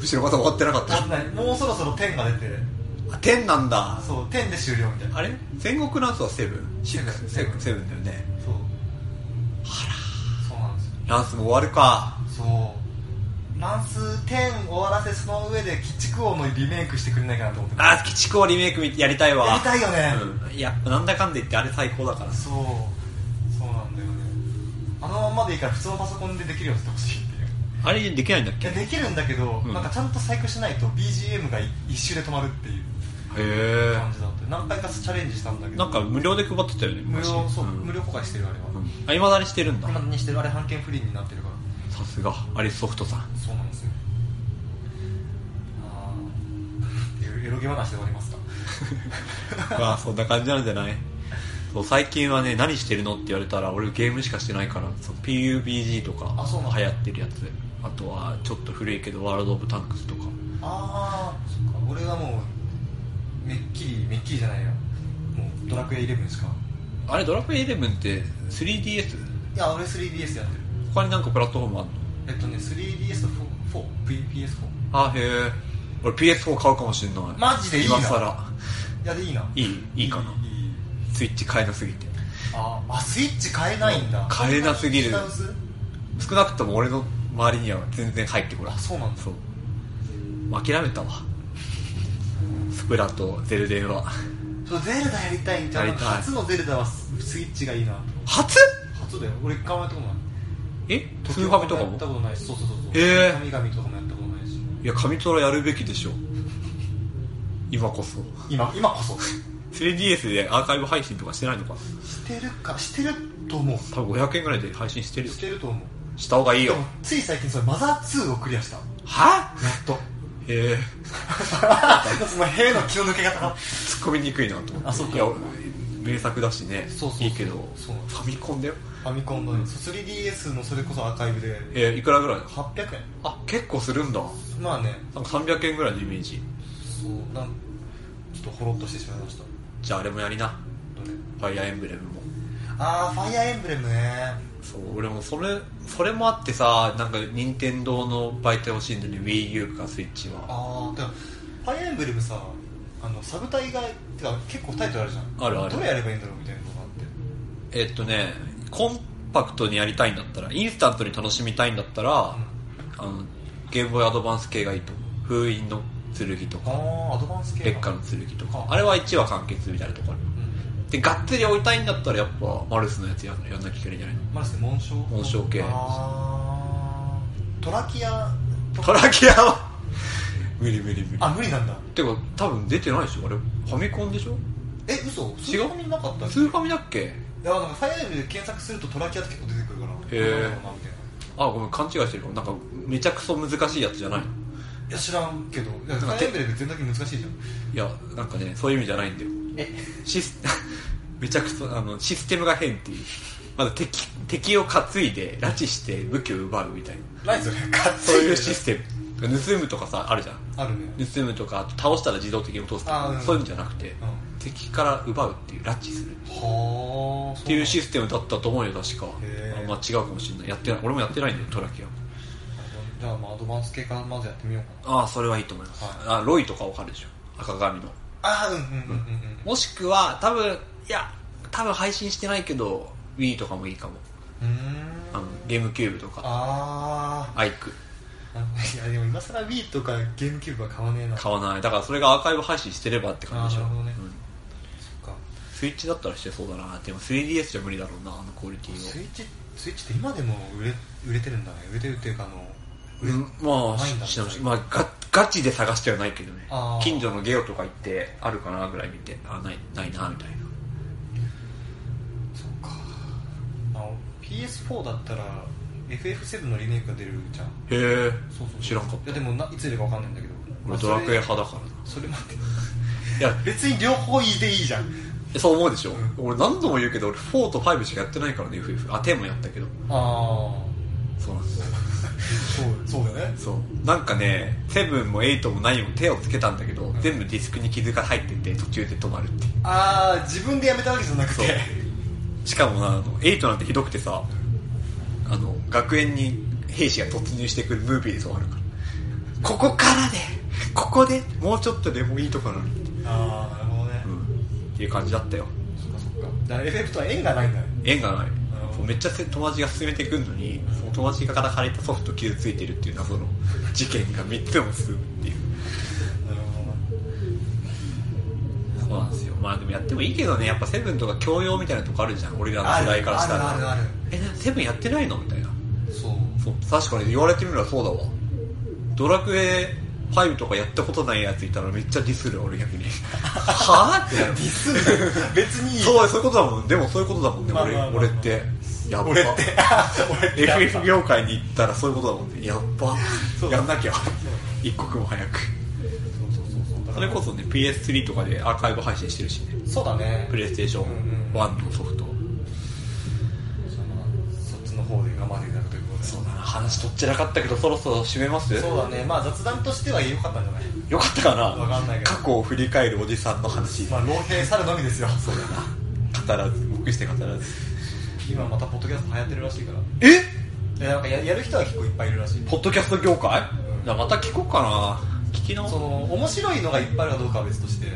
Speaker 4: 後ろまだ終わってなかっ
Speaker 3: 終わって
Speaker 4: た
Speaker 3: ないもうそろそろ10が出て
Speaker 4: あ天なんだ
Speaker 3: そう10で終了みたいな
Speaker 4: あれ戦国のやつはセブンシックス
Speaker 3: セ
Speaker 4: セ
Speaker 3: ブン
Speaker 4: ブンだよね
Speaker 3: そうあらそうなんですよ
Speaker 4: ランスも終わるか
Speaker 3: そうランス10終わらせその上で鬼畜王のリメイクしてくれないかなと思って
Speaker 4: あー、鬼畜をリメイクみやりたいわ。
Speaker 3: やりたいよね
Speaker 4: うん。やっぱなんだかんで言ってあれ最高だから。
Speaker 3: そうそうなんだよねあのままでいいから普通のパソコンでできるようにしてほしいっていう
Speaker 4: あれできないんだっ
Speaker 3: い
Speaker 4: け
Speaker 3: や
Speaker 4: へ
Speaker 3: できるんだけど、
Speaker 4: うん
Speaker 3: なんかちゃんと細工しないと BGM がい一周で止まるっていう
Speaker 4: え。
Speaker 3: 感じだった何回かチャレンジしたんだけど
Speaker 4: なんか無料で配ってたよね、
Speaker 3: 無
Speaker 4: 昔
Speaker 3: 料そう、
Speaker 4: ん
Speaker 3: 無料公開してるあれは、
Speaker 4: うんあ、未だにしてるんだ。
Speaker 3: 今にしてるあれ版権フリーになってるから
Speaker 4: さすが、アリスソフトさん。
Speaker 3: そうなんですよあーっていうエロゲ話で終わりますか
Speaker 4: まあ、そんな感じなんじゃないそう最近はね、何してるのって言われたら、俺ゲームしかしてないから、そう PUBG とか
Speaker 3: あそうなんだ
Speaker 4: 流行ってるやつ。あとは、ちょっと古いけど、ワールド・オブ・タンクスとか。
Speaker 3: ああそっか俺はもうめっきりめっきりじゃないよもうドラクエ11しか
Speaker 4: あれ、ドラクエ11って 3DS?
Speaker 3: いや俺 3DS やってる
Speaker 4: 他になんかプラットフォームあんの
Speaker 3: えっとね 3DS と 4VPS4
Speaker 4: あへえ俺 PS4 買うかもしんない
Speaker 3: マジでいいな
Speaker 4: 今更
Speaker 3: いやでいいない
Speaker 4: いいいかない
Speaker 3: い
Speaker 4: スイッチ買えなすぎて
Speaker 3: ああスイッチ買えないんだ
Speaker 4: 買えなすぎる
Speaker 3: 品薄
Speaker 4: 少なくとも俺の周りには全然入ってこない
Speaker 3: あそうなんだ
Speaker 4: そうもう諦めたわスプラとゼルデンは
Speaker 3: そうゼルダやりたいんじゃ
Speaker 4: や
Speaker 3: ん
Speaker 4: りたい
Speaker 3: 初のゼルダはスイッチがいいなと
Speaker 4: 初
Speaker 3: 初だよ俺一回もやったことない
Speaker 4: えスーファミとか
Speaker 3: や
Speaker 4: も
Speaker 3: ったことないしそうそうそうそう
Speaker 4: へえ
Speaker 3: 神々とかもやったことないし
Speaker 4: いや神トラやるべきでしょ今こそ
Speaker 3: 今今こそ
Speaker 4: 3DS でアーカイブ配信とかしてないのかな
Speaker 3: してるかしてると思う
Speaker 4: 多分500円ぐらいで配信してるよ
Speaker 3: してると思う
Speaker 4: した方がいい
Speaker 3: で
Speaker 4: よ
Speaker 3: もつい最近それマザー2をクリアしたや
Speaker 4: は
Speaker 3: っと
Speaker 4: へえ
Speaker 3: [laughs] その兵の気の抜け方が
Speaker 4: 突っ込みにくいなと思って
Speaker 3: あそうか
Speaker 4: いや俺名作だしね
Speaker 3: そうそうそう
Speaker 4: いいけど
Speaker 3: そう
Speaker 4: ファミコンだよ
Speaker 3: ファミコンのねそう 3DS のそれこそアーカイブで
Speaker 4: えーいくらぐらい
Speaker 3: 800円
Speaker 4: あ結構するんだ
Speaker 3: まあね
Speaker 4: なんか300円ぐらいのイメージ
Speaker 3: そうなんちょっとほろっとしてしまいました
Speaker 4: じゃああれもやりな
Speaker 3: どれ
Speaker 4: ファイアーエンブレムも
Speaker 3: ああファイアーエンブレムね
Speaker 4: そう俺もそれそれもあってさなんか任天堂の媒体欲しいのに WiiU かスイッチは
Speaker 3: ああファイアーエンブレムさあのサブタイがてか結構タイトルあるじゃん
Speaker 4: あるある
Speaker 3: どれやればいいんだろうみたいなのがあって
Speaker 4: えっとねコンパクトにやりたいんだったらインスタントに楽しみたいんだったら、あのゲームボーイアドバンス系がいいと思う封印の剣とか
Speaker 3: ああアドバンス系
Speaker 4: 劣化の剣とか
Speaker 3: あ
Speaker 4: あれは1話完結みたいなとこある
Speaker 3: うん
Speaker 4: でがっつり追いたいんだったらやっぱマルスのやつややんなきゃいけないんじゃないの
Speaker 3: マルスで紋章
Speaker 4: 紋章系
Speaker 3: あートラキアと
Speaker 4: ト
Speaker 3: か
Speaker 4: ラキアは [laughs] 無理無理無理
Speaker 3: あ無理なんだ
Speaker 4: てか多分出てないでしょあれファミコンでしょ
Speaker 3: え嘘スーファミなかったっけ
Speaker 4: スーファミだっけ
Speaker 3: いやなんかファイアーエンブレムで検索するとトラキアって結構出てくるから
Speaker 4: へー
Speaker 3: なんだろうなみたいな
Speaker 4: あごめん勘違いしてるかもなんかめちゃくそ難しいやつじゃないの
Speaker 3: いや知らんけどいや
Speaker 4: なん
Speaker 3: フ
Speaker 4: か
Speaker 3: ァイ
Speaker 4: て
Speaker 3: アーエンブレム全然難しいじゃん
Speaker 4: いやなんかねそういう意味じゃないんだよ
Speaker 3: え
Speaker 4: シス [laughs] めちゃくそあのシステムが変っていうまず敵敵を担いで拉致して武器を奪うみたいな
Speaker 3: 何それか
Speaker 4: [laughs] そういうシステム盗むとかさあるじゃん
Speaker 3: あるね
Speaker 4: 盗むとかあと倒したら自動的に落とすと
Speaker 3: あ
Speaker 4: か
Speaker 3: ーうん
Speaker 4: そういうんじゃなくて、
Speaker 3: うん
Speaker 4: 敵から奪うっていう拉致するっ
Speaker 3: はあって
Speaker 4: いうシステムだったと思うよ確か
Speaker 3: へー
Speaker 4: あまあ違うかもしれないやってない俺もやってないんだよトラキア
Speaker 3: じゃあまあアドバンス系からまずやってみようかな
Speaker 4: ああそれはいいと思います、あロイとかわかるでしょ赤髪の
Speaker 3: ああうんうんうんうん
Speaker 4: もしくは多分いや多分配信してないけど Wii とかもいいかも
Speaker 3: うんうーん
Speaker 4: あのゲームキューブとか
Speaker 3: あ
Speaker 4: アイク
Speaker 3: あいやでも今更 Wii とかゲームキューブは買わねえな
Speaker 4: 買わないだからそれがアーカイブ配信してればって感じでし
Speaker 3: あ
Speaker 4: ょ、
Speaker 3: ーなるほどね
Speaker 4: うん
Speaker 3: そっか
Speaker 4: スイッチだったらしてそうだなでも 3DS じゃ無理だろうなあのクオリテ
Speaker 3: スイ
Speaker 4: ィ
Speaker 3: ッチスイッチって今でも売れ売れてるんだね売れてるっていうかあの
Speaker 4: をうんまあ
Speaker 3: ないんだ
Speaker 4: ししまあガガチで探してはないけどね
Speaker 3: あー
Speaker 4: 近所のゲオとか行ってあるかなぐらい見てあないないなみたいな
Speaker 3: そっかあの PS4 だったら FF7 のリメイクが出るじゃん
Speaker 4: へえ
Speaker 3: そうそう
Speaker 4: 知らんかっ
Speaker 3: い
Speaker 4: た
Speaker 3: やでもないつ出るか分かんないんだけどま
Speaker 4: 俺
Speaker 3: あ
Speaker 4: ドラクエ
Speaker 3: それ
Speaker 4: 派だからな
Speaker 3: それ待って
Speaker 4: いや
Speaker 3: 別に両方いいでいいじゃん
Speaker 4: そう思うでしょ、
Speaker 3: ん
Speaker 4: 俺何度も言うけど俺4と5しかやってないからね FF あ10もやったけど
Speaker 3: あ
Speaker 4: そうなんですよ
Speaker 3: あそうそうだよね
Speaker 4: そうなんかね7も8も9も手をつけたんだけど、全部ディスクに傷が入ってて途中で止まるっていう
Speaker 3: ああ自分でやめたわけじゃなく
Speaker 4: そう
Speaker 3: て
Speaker 4: しかもなあの8なんてひどくてさあの学園に兵士が突入してくるムービーでそうあるからここからでここでもうちょっとでもいいとこなのに、
Speaker 3: ああなるほどね
Speaker 4: うん、っていう感じだったよ
Speaker 3: そっかそっかだから FF とは縁がないんだね
Speaker 4: 縁がない
Speaker 3: るほど
Speaker 4: そうめっちゃ友達が勧めてくるのにその友達から借りたソフト傷ついてるっていう謎の事件が3つも進むっていう
Speaker 3: なるほど
Speaker 4: そうなんですよまあでもやってもいいけどねやっぱセブンとか教養みたいなとこあるじゃん俺らの世代からしたら
Speaker 3: あるあるある
Speaker 4: えなセブンやってないのみたいな
Speaker 3: そう
Speaker 4: そう確かに言われてみればそうだわドラクエ5とかやったことないやついたらめっちゃディスる俺逆にはあってなる
Speaker 3: ディスる別にいい
Speaker 4: そうそういうことだもんでもそういうことだもんね、
Speaker 3: まあまあまあまあ
Speaker 4: 俺俺ってやっぱ
Speaker 3: 俺って俺ってやっぱ
Speaker 4: FF 業界に行ったらそういうことだもんねやっぱ
Speaker 3: そう
Speaker 4: やんなきゃ一刻も早く
Speaker 3: そうそうそうそうだ
Speaker 4: そ
Speaker 3: から
Speaker 4: れこそね PS3 とかでアーカイブ配信してるしね
Speaker 3: そうだね
Speaker 4: プレイステーション1のソフト
Speaker 3: そのそっちの方で頑張っていただくということで
Speaker 4: そうだな話とっちらかったけどそろそろ締めます
Speaker 3: そうだねまあ雑談としては良かったんじゃない
Speaker 4: よかったかな
Speaker 3: わかんないけど
Speaker 4: 過去を振り返るおじさんの話
Speaker 3: まあ老兵猿のみですよ
Speaker 4: そうだな語らず黙して語らず
Speaker 3: 今またポッドキャスト流行ってるらしいから
Speaker 4: え
Speaker 3: いやなんかややる人は結構いっぱいいるらしい
Speaker 4: ポッドキャスト業界
Speaker 3: うん
Speaker 4: じゃあまた聞こうかな聞き直
Speaker 3: そ
Speaker 4: そう
Speaker 3: の面白いのがいっぱいあるかどうかは別として
Speaker 4: い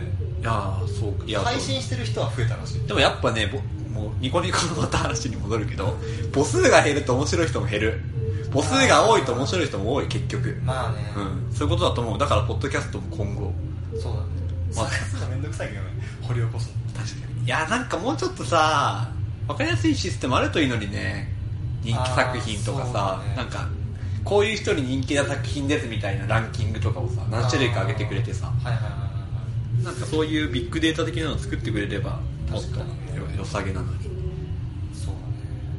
Speaker 4: やーそういやそう
Speaker 3: 配信してる人は増えたらしい
Speaker 4: でもやっぱねぼもうニコニコのまた話に戻るけど母数が減ると面白い人も減る母数が多いと面白い人も多い結局
Speaker 3: まあね
Speaker 4: うんそういうことだと思うだからポッドキャストも今後
Speaker 3: そうだね
Speaker 4: まあ
Speaker 3: 探すのめんどくさいけどね掘り起こすの
Speaker 4: 確かにいやなんかもうちょっとさ分かりやすいシステムあるといいのにね人気作品とか
Speaker 3: あーそ
Speaker 4: さ、
Speaker 3: うだね
Speaker 4: なんかこういう人に人気な作品ですみたいなランキングとかをさ何種類か上げてくれてさ
Speaker 3: はいはいはいはい
Speaker 4: なんかそういうビッグデータ的なのを作ってくれればもっ
Speaker 3: 確かに
Speaker 4: とよ良さげなのに
Speaker 3: そうだ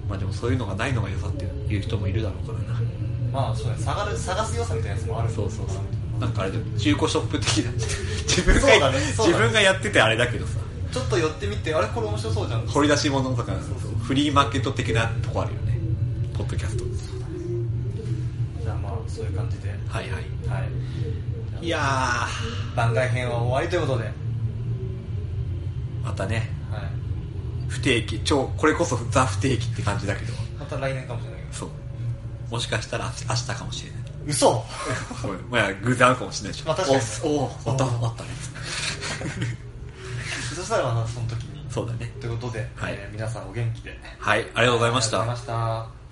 Speaker 4: まあでもそういうのがないのが良さっていう人もいるだろうからな
Speaker 3: ねまあそうだね探る探す良さみたいなやつもある
Speaker 4: そうそうそうなんかあれでも中古ショップ的な [laughs] 自分
Speaker 3: そうだ
Speaker 4: が、
Speaker 3: ねそうだね
Speaker 4: 自分がやっててあれだけどさ
Speaker 3: ちょっと寄ってみてあれこれ面白そうじゃん
Speaker 4: 掘り出し物とか
Speaker 3: そう
Speaker 4: フリーマーケット的なとこあるよねポッドキャスト
Speaker 3: じゃあまあそういう感じでは
Speaker 4: はいはい
Speaker 3: い
Speaker 4: いやー
Speaker 3: 番外編は終わりということではい
Speaker 4: またね不定期超これこそザ不定期って感じだけど
Speaker 3: また来年かもしれないけど
Speaker 4: そうもしかしたら明日かもしれない
Speaker 3: 嘘
Speaker 4: そうまあ偶然あるかもしれないでしょ
Speaker 3: まあ確かにね
Speaker 4: おおあった
Speaker 3: うん
Speaker 4: あったね
Speaker 3: [laughs] そしたらまたその時に
Speaker 4: そうだね
Speaker 3: ということで、
Speaker 4: はい
Speaker 3: えー皆さんお元気で
Speaker 4: はいありがとうございました
Speaker 3: ありがとうございました